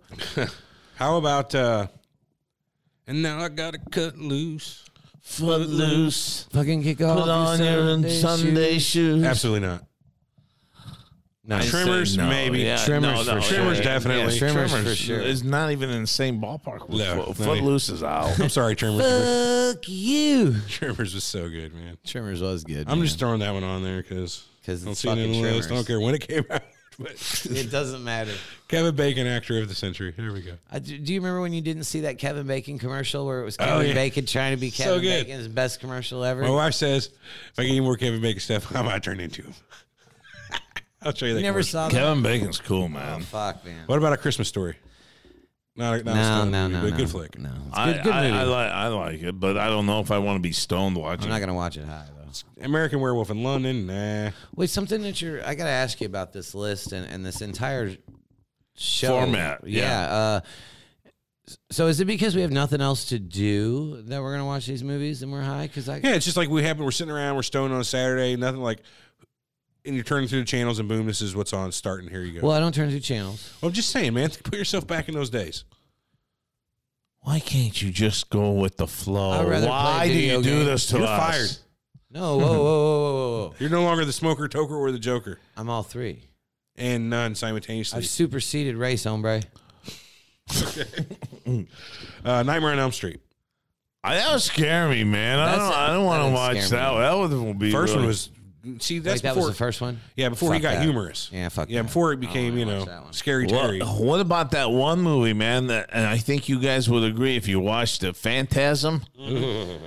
Speaker 2: How about? uh And now I gotta cut loose.
Speaker 4: Footloose.
Speaker 3: Fucking kick off.
Speaker 4: Put on your Sunday
Speaker 3: shoes.
Speaker 4: shoes.
Speaker 2: Absolutely not.
Speaker 3: No.
Speaker 4: I'd say
Speaker 2: Trimmers, maybe.
Speaker 3: Trimmers for sure.
Speaker 2: Trimmers, definitely.
Speaker 3: Trimmers for sure.
Speaker 4: It's not even in the same ballpark. with
Speaker 2: No, not
Speaker 4: Foot- Footloose is out.
Speaker 2: I'm sorry, Tremors.
Speaker 3: Fuck you.
Speaker 2: Tremors was so good, man.
Speaker 3: Trimmers was good.
Speaker 2: I'm just throwing that one on there because
Speaker 3: 'Cause
Speaker 2: don't
Speaker 3: it's
Speaker 2: see it in
Speaker 3: fucking
Speaker 2: the list. I don't
Speaker 3: Tremors.
Speaker 2: care when it came out. But
Speaker 3: It doesn't matter.
Speaker 2: Kevin Bacon, actor of the century. Here we go.
Speaker 3: I, do do you remember when you didn't see that Kevin Bacon commercial where it was Kevin
Speaker 2: yeah.
Speaker 3: Bacon trying to be
Speaker 2: So
Speaker 3: Kevin
Speaker 2: good.
Speaker 3: Bacon's best commercial ever?
Speaker 2: My wife says, if I get any more Kevin Bacon stuff, I might turn into him. I'll show you that.
Speaker 3: you never
Speaker 2: commercial.
Speaker 3: saw that?
Speaker 4: Kevin Bacon's cool, man.
Speaker 3: Fuck, man.
Speaker 2: What about a Christmas story? Not a, not a
Speaker 3: No,
Speaker 2: stoner
Speaker 3: no,
Speaker 2: movie,
Speaker 3: no,
Speaker 2: but
Speaker 3: no.
Speaker 2: a good flick.
Speaker 3: No. It's
Speaker 4: I,
Speaker 3: good, good
Speaker 4: I,
Speaker 3: movie.
Speaker 4: I,
Speaker 3: I,
Speaker 4: like, I like it, but I don't know if I want to be stoned watching
Speaker 3: am not
Speaker 4: it.
Speaker 3: going to watch it high, though.
Speaker 2: American Werewolf in London, nah.
Speaker 3: Wait, something that you're. I got to ask you about this list and, and this entire show
Speaker 4: Format, yeah.
Speaker 3: Uh, so is it because we have nothing else to do that we're gonna watch these movies and we're high? Because I
Speaker 2: Yeah, it's just like we happen. We're sitting around. We're stoned on a Saturday. Nothing like. And you're turning through the channels, and boom, this is what's on. Starting here, you go.
Speaker 3: well, I don't turn to channels.
Speaker 2: I'm just saying, man. Put yourself back in those days.
Speaker 4: Why can't you just go with the flow?
Speaker 3: I'd rather play
Speaker 4: Why do
Speaker 3: video
Speaker 4: you do
Speaker 3: game.
Speaker 4: this to
Speaker 2: You're
Speaker 4: us?
Speaker 2: fired.
Speaker 3: No, whoa, whoa, whoa, whoa, whoa, whoa.
Speaker 2: You're no longer the smoker, toker, or the joker,
Speaker 3: I'm all three.
Speaker 2: and none simultaneously.
Speaker 3: I've superseded race, hombre.
Speaker 2: Uh, Nightmare on Elm Street.
Speaker 4: I, that would scare me, man. I
Speaker 3: That's-
Speaker 4: don't. I don't want
Speaker 3: that
Speaker 4: to
Speaker 3: would
Speaker 4: watch
Speaker 3: scare
Speaker 4: that.
Speaker 3: me.
Speaker 4: That one would be
Speaker 2: First
Speaker 4: really-
Speaker 2: one was. See, that's
Speaker 3: Like that
Speaker 2: before.
Speaker 3: was the first one.
Speaker 2: Yeah, before he
Speaker 3: Fuck
Speaker 2: got
Speaker 3: that.
Speaker 2: humorous.
Speaker 3: Yeah, fuck
Speaker 2: Yeah,
Speaker 3: that.
Speaker 2: before it
Speaker 3: I don't
Speaker 2: became,
Speaker 3: wanna
Speaker 2: you
Speaker 3: watch
Speaker 2: know,
Speaker 3: that one.
Speaker 2: scary Terry.
Speaker 4: What, what about that one movie, man? That and I think you guys would agree if you watched the Phantasm. Phantasm.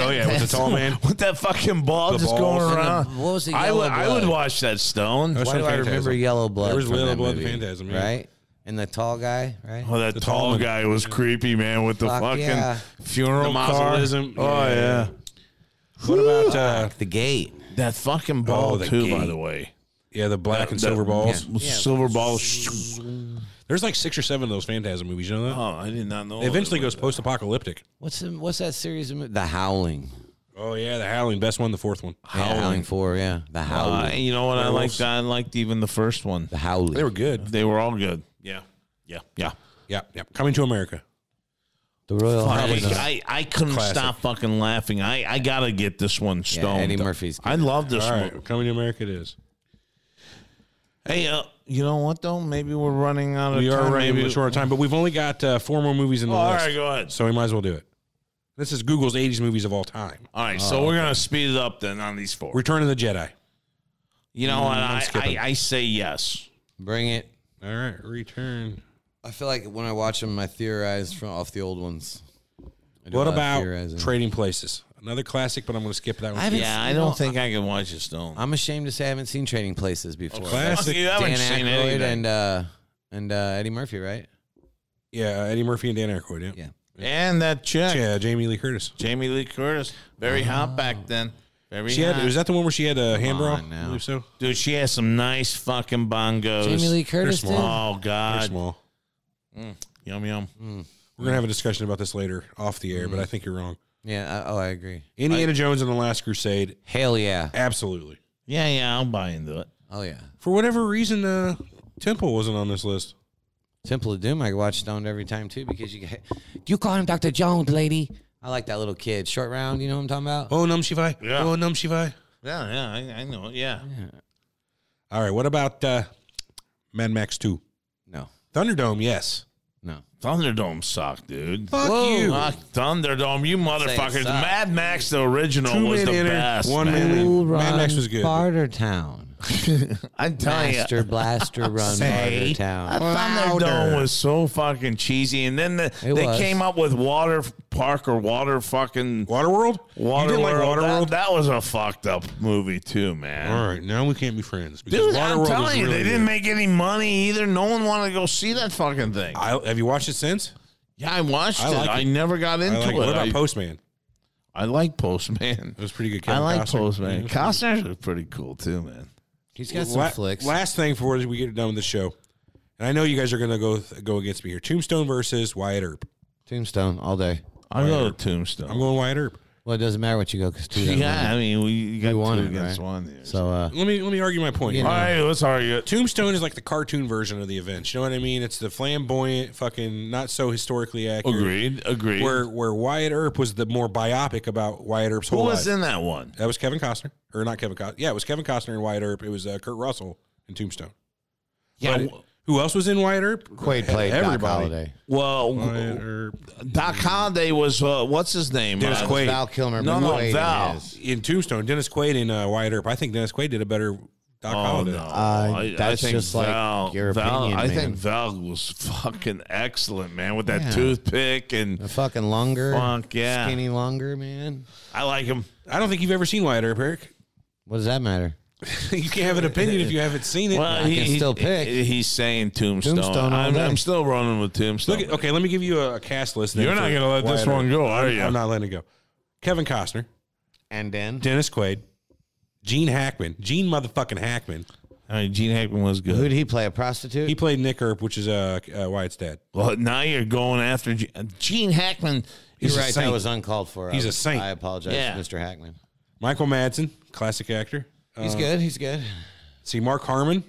Speaker 2: Oh, yeah, with the tall man.
Speaker 4: with that fucking ball
Speaker 2: The
Speaker 4: just
Speaker 2: balls.
Speaker 4: going
Speaker 2: And
Speaker 3: the-
Speaker 4: around.
Speaker 3: what was the
Speaker 4: I
Speaker 3: yellow
Speaker 4: would, I
Speaker 3: blood?
Speaker 4: would watch that Stone.
Speaker 2: That's
Speaker 3: Why
Speaker 2: from
Speaker 3: do I
Speaker 2: Phantasm.
Speaker 3: remember Yellow Blood?
Speaker 2: There was
Speaker 3: from
Speaker 2: Yellow
Speaker 3: that
Speaker 2: Blood,
Speaker 3: movie,
Speaker 2: Phantasm, yeah.
Speaker 3: right? And the tall guy, right?
Speaker 4: Oh, that
Speaker 2: tall
Speaker 4: tall
Speaker 2: one.
Speaker 4: guy was creepy, man, with the
Speaker 3: Fuck
Speaker 4: fucking
Speaker 3: yeah.
Speaker 4: funeral
Speaker 2: The
Speaker 4: car.
Speaker 2: mausoleum.
Speaker 4: Oh
Speaker 2: Yeah.
Speaker 4: yeah,
Speaker 2: What about uh,
Speaker 3: the gate.
Speaker 4: that fucking ball
Speaker 2: the
Speaker 4: too. By
Speaker 2: gate.
Speaker 4: the way,
Speaker 2: yeah the black Oh, and
Speaker 4: That-
Speaker 2: silver balls?
Speaker 4: with silver balls.
Speaker 2: There's like six or seven of those Phantasm movies. You know that?
Speaker 4: Oh, I did not know.
Speaker 2: It eventually
Speaker 4: that.
Speaker 2: goes post-apocalyptic.
Speaker 3: What's the, what's that series of mo- The Howling?
Speaker 2: Oh yeah, the Howling, best one, the fourth one.
Speaker 3: Howling, yeah, Howling Four, yeah. The
Speaker 4: Uh,
Speaker 3: Howling.
Speaker 4: you know what? I
Speaker 2: Werewolves.
Speaker 4: liked. I liked even the first one.
Speaker 3: the Howling.
Speaker 2: They were good.
Speaker 4: They were all good. Yeah, yeah, yeah.
Speaker 2: Yeah, yeah. Coming to America.
Speaker 3: the Royal
Speaker 4: I,
Speaker 3: Highness.
Speaker 4: I, I couldn't
Speaker 2: Classic.
Speaker 4: stop fucking laughing. I, I gotta get this one stoned.
Speaker 3: Eddie Murphy's
Speaker 4: I love this
Speaker 2: All
Speaker 4: one.
Speaker 2: right, Coming to America it is.
Speaker 4: Hey, uh, you know what though? Maybe we're running out of
Speaker 2: We
Speaker 4: time.
Speaker 2: are running
Speaker 4: Maybe-
Speaker 2: a short on time, but we've only got uh, four more movies in the
Speaker 4: Oh, all
Speaker 2: list.
Speaker 4: right, go ahead.
Speaker 2: So we might as well do it. This is Google's 80s movies of all time.
Speaker 4: All right,
Speaker 2: Oh,
Speaker 4: so we're gonna speed it up then on these four.
Speaker 2: Return of the Jedi.
Speaker 4: you know what? I, I
Speaker 2: Mm, skipping.
Speaker 4: I say yes.
Speaker 3: Bring it.
Speaker 2: All right, Return.
Speaker 3: I feel like when I watch them, I theorize from off the old ones. I do a
Speaker 2: What
Speaker 3: lot of
Speaker 2: about
Speaker 3: theorizing.
Speaker 2: Trading Places? Another classic, but I'm going to skip that one.
Speaker 3: I haven't
Speaker 4: Yeah,
Speaker 3: seen- Uh,
Speaker 4: I
Speaker 3: you
Speaker 4: don't
Speaker 3: know,
Speaker 4: think I can watch this though.
Speaker 3: I'm ashamed to say I haven't seen Trading Places before.
Speaker 2: Oh, classic.
Speaker 4: You haven't
Speaker 3: Dan
Speaker 4: seen
Speaker 3: Aykroyd
Speaker 4: anything.
Speaker 3: and uh, and uh, Eddie Murphy, right?
Speaker 2: yeah, Eddie Murphy and Dan Aykroyd. Yeah.
Speaker 3: Yeah.
Speaker 4: And that chick,
Speaker 2: Yeah, Jamie Lee Curtis.
Speaker 4: Jamie Lee Curtis, very hot back then. Very
Speaker 2: Oh. She had
Speaker 4: hot.
Speaker 2: was that the one where she had a hand bra?
Speaker 3: on now.
Speaker 2: I believe so.
Speaker 4: Dude, she has some nice fucking bongos.
Speaker 3: Jamie Lee Curtis.
Speaker 2: small.
Speaker 3: Dude.
Speaker 4: Oh
Speaker 2: Very
Speaker 4: God,
Speaker 2: small.
Speaker 4: yum yum.
Speaker 2: We're gonna have a discussion about this later off the
Speaker 4: Mm-hmm.
Speaker 2: air, but I think you're wrong.
Speaker 3: Yeah. I, oh, I agree.
Speaker 2: Indiana Jones and the Last Crusade,
Speaker 3: Hell yeah.
Speaker 2: absolutely.
Speaker 4: Yeah, yeah, I'll buy into it.
Speaker 3: Oh yeah.
Speaker 2: For whatever reason, uh, Temple wasn't on this list.
Speaker 3: Temple of Doom. I watch stoned every time too because you get- you call him Doctor Jones, lady. I like that little kid. Short round. You know what I'm talking about?
Speaker 2: Oh, Num Shivai.
Speaker 4: Yeah.
Speaker 2: Oh, Num Shivai.
Speaker 4: Yeah, yeah, I, I know. it. Yeah,
Speaker 2: All right. What about uh, Mad Max Two?
Speaker 3: No.
Speaker 2: Thunderdome. Yes.
Speaker 3: No.
Speaker 4: Thunderdome sucked, dude.
Speaker 2: Fuck
Speaker 3: Whoa.
Speaker 2: you.
Speaker 4: Fuck Thunderdome, you motherfuckers.
Speaker 3: sucked.
Speaker 4: Mad Max, the original,
Speaker 2: Two
Speaker 4: was
Speaker 2: men
Speaker 4: the
Speaker 2: in it,
Speaker 4: best.
Speaker 2: one
Speaker 4: man.
Speaker 2: man leaves. Mad
Speaker 3: run
Speaker 2: Max was good.
Speaker 3: Barter Town.
Speaker 4: I'm telling you,
Speaker 3: Master Blaster Run Barter
Speaker 4: Say,
Speaker 3: Town.
Speaker 4: Thunderdome was so fucking cheesy. And then the, they
Speaker 3: It was.
Speaker 4: came up with Water Park or Water fucking
Speaker 2: Waterworld.
Speaker 4: Water
Speaker 2: You didn't like
Speaker 4: World.
Speaker 2: Waterworld?
Speaker 4: That, that was a fucked up movie too, man.
Speaker 2: All right. Now we can't be friends. because
Speaker 4: Dude,
Speaker 2: Waterworld
Speaker 4: I'm
Speaker 2: was
Speaker 4: telling you,
Speaker 2: really
Speaker 4: they
Speaker 2: good.
Speaker 4: didn't make any money either. No one wanted to go see that fucking thing.
Speaker 2: I, have you watched it since?
Speaker 4: yeah, I watched
Speaker 2: I
Speaker 4: it.
Speaker 2: like
Speaker 4: I
Speaker 2: it.
Speaker 4: never got into
Speaker 2: I like
Speaker 4: it.
Speaker 2: it. What about
Speaker 4: I,
Speaker 2: Postman?
Speaker 4: I like Postman.
Speaker 2: It was pretty good.
Speaker 4: I
Speaker 2: Kevin
Speaker 4: like
Speaker 2: Costner. Mm-hmm. Yeah, it was pretty
Speaker 4: Postman.
Speaker 2: good.
Speaker 4: Costner's was pretty cool too, man.
Speaker 3: He's got some
Speaker 2: La-
Speaker 3: flicks.
Speaker 2: Last thing before we get done with the show, and I know you guys are going to go go against me here. Tombstone versus Wyatt Earp.
Speaker 3: Tombstone all day.
Speaker 4: I go to
Speaker 2: I'm
Speaker 4: Tombstone.
Speaker 2: going Wyatt Earp.
Speaker 3: Well, it doesn't matter what you go because two. doesn't
Speaker 4: Yeah, I
Speaker 3: win.
Speaker 4: mean, we you got
Speaker 3: You won
Speaker 4: two
Speaker 3: it,
Speaker 4: against
Speaker 3: right?
Speaker 4: one. There.
Speaker 3: So uh,
Speaker 2: Let me let me argue my point.
Speaker 3: You
Speaker 4: all
Speaker 3: know.
Speaker 4: right, let's argue. it.
Speaker 2: Tombstone is like the cartoon version of the event. You know what I mean? It's the flamboyant, fucking not so historically accurate.
Speaker 4: Agreed. Agreed.
Speaker 2: Where where Wyatt Earp was the more biopic about Wyatt Earp's
Speaker 4: Who
Speaker 2: whole
Speaker 4: was
Speaker 2: life.
Speaker 4: in that one?
Speaker 2: That was Kevin Costner, or not Kevin Costner? Yeah, it was Kevin Costner and Wyatt Earp. It was uh, Kurt Russell and Tombstone.
Speaker 4: Yeah.
Speaker 2: But who else was in Wyatt Earp?
Speaker 3: Quaid played Doc Holliday.
Speaker 4: Well,
Speaker 2: Wyatt Earp.
Speaker 4: Doc Holliday was uh, what's his name?
Speaker 2: Dennis
Speaker 4: Uh,
Speaker 2: Quaid.
Speaker 3: Val Kilmer.
Speaker 4: No, no,
Speaker 3: played
Speaker 4: Val.
Speaker 3: in his.
Speaker 2: in Tombstone, Dennis Quaid in uh, Wyatt Earp. I think Dennis Quaid did a better Doc
Speaker 4: Oh
Speaker 2: Holliday.
Speaker 4: no!
Speaker 3: Uh, that's just like your
Speaker 4: Val,
Speaker 3: opinion,
Speaker 4: I
Speaker 3: man.
Speaker 4: think Val was fucking excellent, man, with that
Speaker 3: Yeah.
Speaker 4: toothpick, and
Speaker 3: The fucking longer,
Speaker 4: Fuck, yeah.
Speaker 3: skinny longer man.
Speaker 4: I like him.
Speaker 2: I don't think you've ever seen Wyatt Earp, Eric.
Speaker 3: What does that matter?
Speaker 2: you can't have an opinion if you haven't seen it.
Speaker 4: Well,
Speaker 3: I can still pick.
Speaker 4: he- He's saying Tombstone.
Speaker 3: Tombstone all
Speaker 4: I'm,
Speaker 3: day.
Speaker 4: I'm still running with Tombstone.
Speaker 2: Look at, okay, let me give you a, a cast list. then
Speaker 4: You're not
Speaker 2: for
Speaker 4: gonna let this
Speaker 2: Wyatt Earp.
Speaker 4: one go, are you?
Speaker 2: I'm not letting it go. Kevin Costner,
Speaker 3: And then
Speaker 2: Dennis Quaid, Gene Hackman, Gene motherfucking Hackman.
Speaker 4: I mean, Gene Hackman was
Speaker 3: who
Speaker 4: good.
Speaker 3: did he play? A prostitute?
Speaker 2: He played Nick Earp, which is uh, uh, Wyatt's dad.
Speaker 4: Well, now you're going after Gene, Gene Hackman. He's
Speaker 3: You're
Speaker 4: a
Speaker 3: right.
Speaker 4: saint.
Speaker 3: That was uncalled for.
Speaker 2: He's
Speaker 3: I-
Speaker 2: a saint.
Speaker 3: I apologize,
Speaker 4: Yeah.
Speaker 3: Mr. Hackman.
Speaker 2: Michael Madsen, classic actor.
Speaker 3: He's
Speaker 2: Uh,
Speaker 3: good. He's good.
Speaker 2: See Mark Harmon.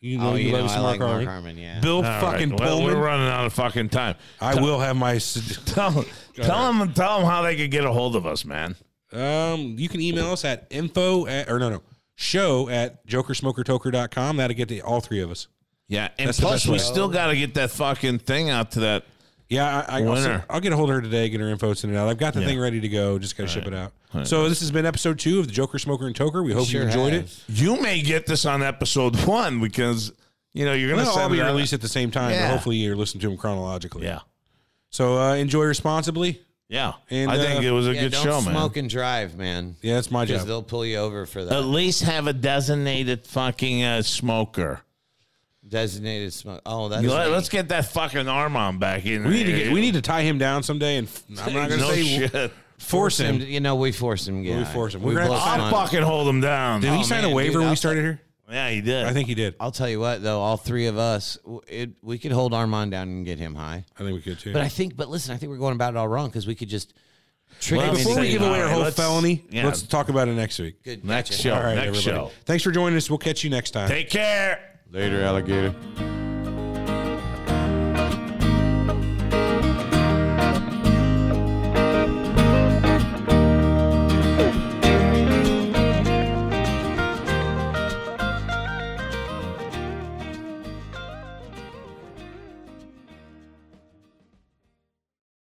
Speaker 2: You know
Speaker 3: Oh,
Speaker 2: you,
Speaker 3: you know,
Speaker 2: love
Speaker 3: I
Speaker 2: some Mark
Speaker 3: like Mark
Speaker 2: Harmon.
Speaker 3: Harmon. Yeah.
Speaker 2: Bill
Speaker 4: All
Speaker 2: fucking
Speaker 4: right, well,
Speaker 2: Pullman.
Speaker 4: We're running out of fucking time.
Speaker 2: I will have my. s-
Speaker 4: Tell, tell them, tell them how they could get a hold of us, man.
Speaker 2: Um, you can email us at info at, or no, no, show at jokersmokertoker.com. That'll get to all three of us.
Speaker 4: Yeah, and
Speaker 2: That's the
Speaker 4: plus
Speaker 2: best
Speaker 4: we
Speaker 2: way.
Speaker 4: still got to get that fucking thing out to that.
Speaker 2: Yeah, I, I, I'll,
Speaker 4: Winner.
Speaker 2: send- I'll get a hold of her today, get her info, send it out. I've got the thing ready to go. Just got to ship it out. So this has been episode two of the Joker, Smoker, and Toker. We hope
Speaker 3: Sure
Speaker 2: you enjoyed
Speaker 3: has.
Speaker 2: it.
Speaker 4: You may get this on episode one because you know you're gonna
Speaker 2: They'll all
Speaker 4: send
Speaker 2: be
Speaker 4: it out-
Speaker 2: released at the same time,
Speaker 4: Yeah.
Speaker 2: but hopefully you're listening to them chronologically.
Speaker 4: Yeah,
Speaker 2: So uh, enjoy responsibly.
Speaker 4: yeah.
Speaker 2: And,
Speaker 4: I think
Speaker 2: uh,
Speaker 4: it was a
Speaker 3: Yeah,
Speaker 4: good
Speaker 3: don't
Speaker 4: show, man.
Speaker 3: smoke and drive, man.
Speaker 2: Yeah, that's my
Speaker 3: Because
Speaker 2: job.
Speaker 3: they'll pull you over for
Speaker 4: At
Speaker 3: that
Speaker 4: least have a designated fucking uh, smoker.
Speaker 3: designated smoke. Oh, that's
Speaker 4: You Let, us get that fucking Armand back in.
Speaker 2: We need to
Speaker 4: there.
Speaker 2: get, we need to tie him down someday, and f- I'm not going to
Speaker 4: no
Speaker 2: say
Speaker 4: shit.
Speaker 2: force him.
Speaker 3: You know, we force him. Yeah,
Speaker 2: We force him.
Speaker 3: We
Speaker 2: We're gonna-
Speaker 3: blow
Speaker 2: I'll
Speaker 3: some
Speaker 4: I'll
Speaker 3: on-
Speaker 4: fucking hold him down. Oh,
Speaker 2: Did he
Speaker 3: Oh,
Speaker 2: sign a
Speaker 3: man,
Speaker 2: waiver
Speaker 3: dude,
Speaker 2: when we
Speaker 3: I'll-
Speaker 2: started here?
Speaker 4: yeah, he did.
Speaker 2: I think he did.
Speaker 3: I'll tell you what, though, all three of us, w- it, we could hold Armand down and get him high.
Speaker 2: I think we could too.
Speaker 3: But I think, but listen, I think we're going about it all wrong because we could just trick
Speaker 4: Well,
Speaker 3: him.
Speaker 2: Before we
Speaker 4: Insane.
Speaker 2: give away our
Speaker 4: Alright,
Speaker 2: whole
Speaker 4: let's-
Speaker 2: felony,
Speaker 4: yeah.
Speaker 2: let's talk about it next week.
Speaker 3: Good
Speaker 4: next
Speaker 3: gotcha.
Speaker 4: show.
Speaker 2: All right,
Speaker 4: next
Speaker 2: everybody.
Speaker 4: show.
Speaker 2: Thanks for joining us. We'll catch you next time.
Speaker 4: Take care.
Speaker 5: Later, alligator.
Speaker 2: Bye.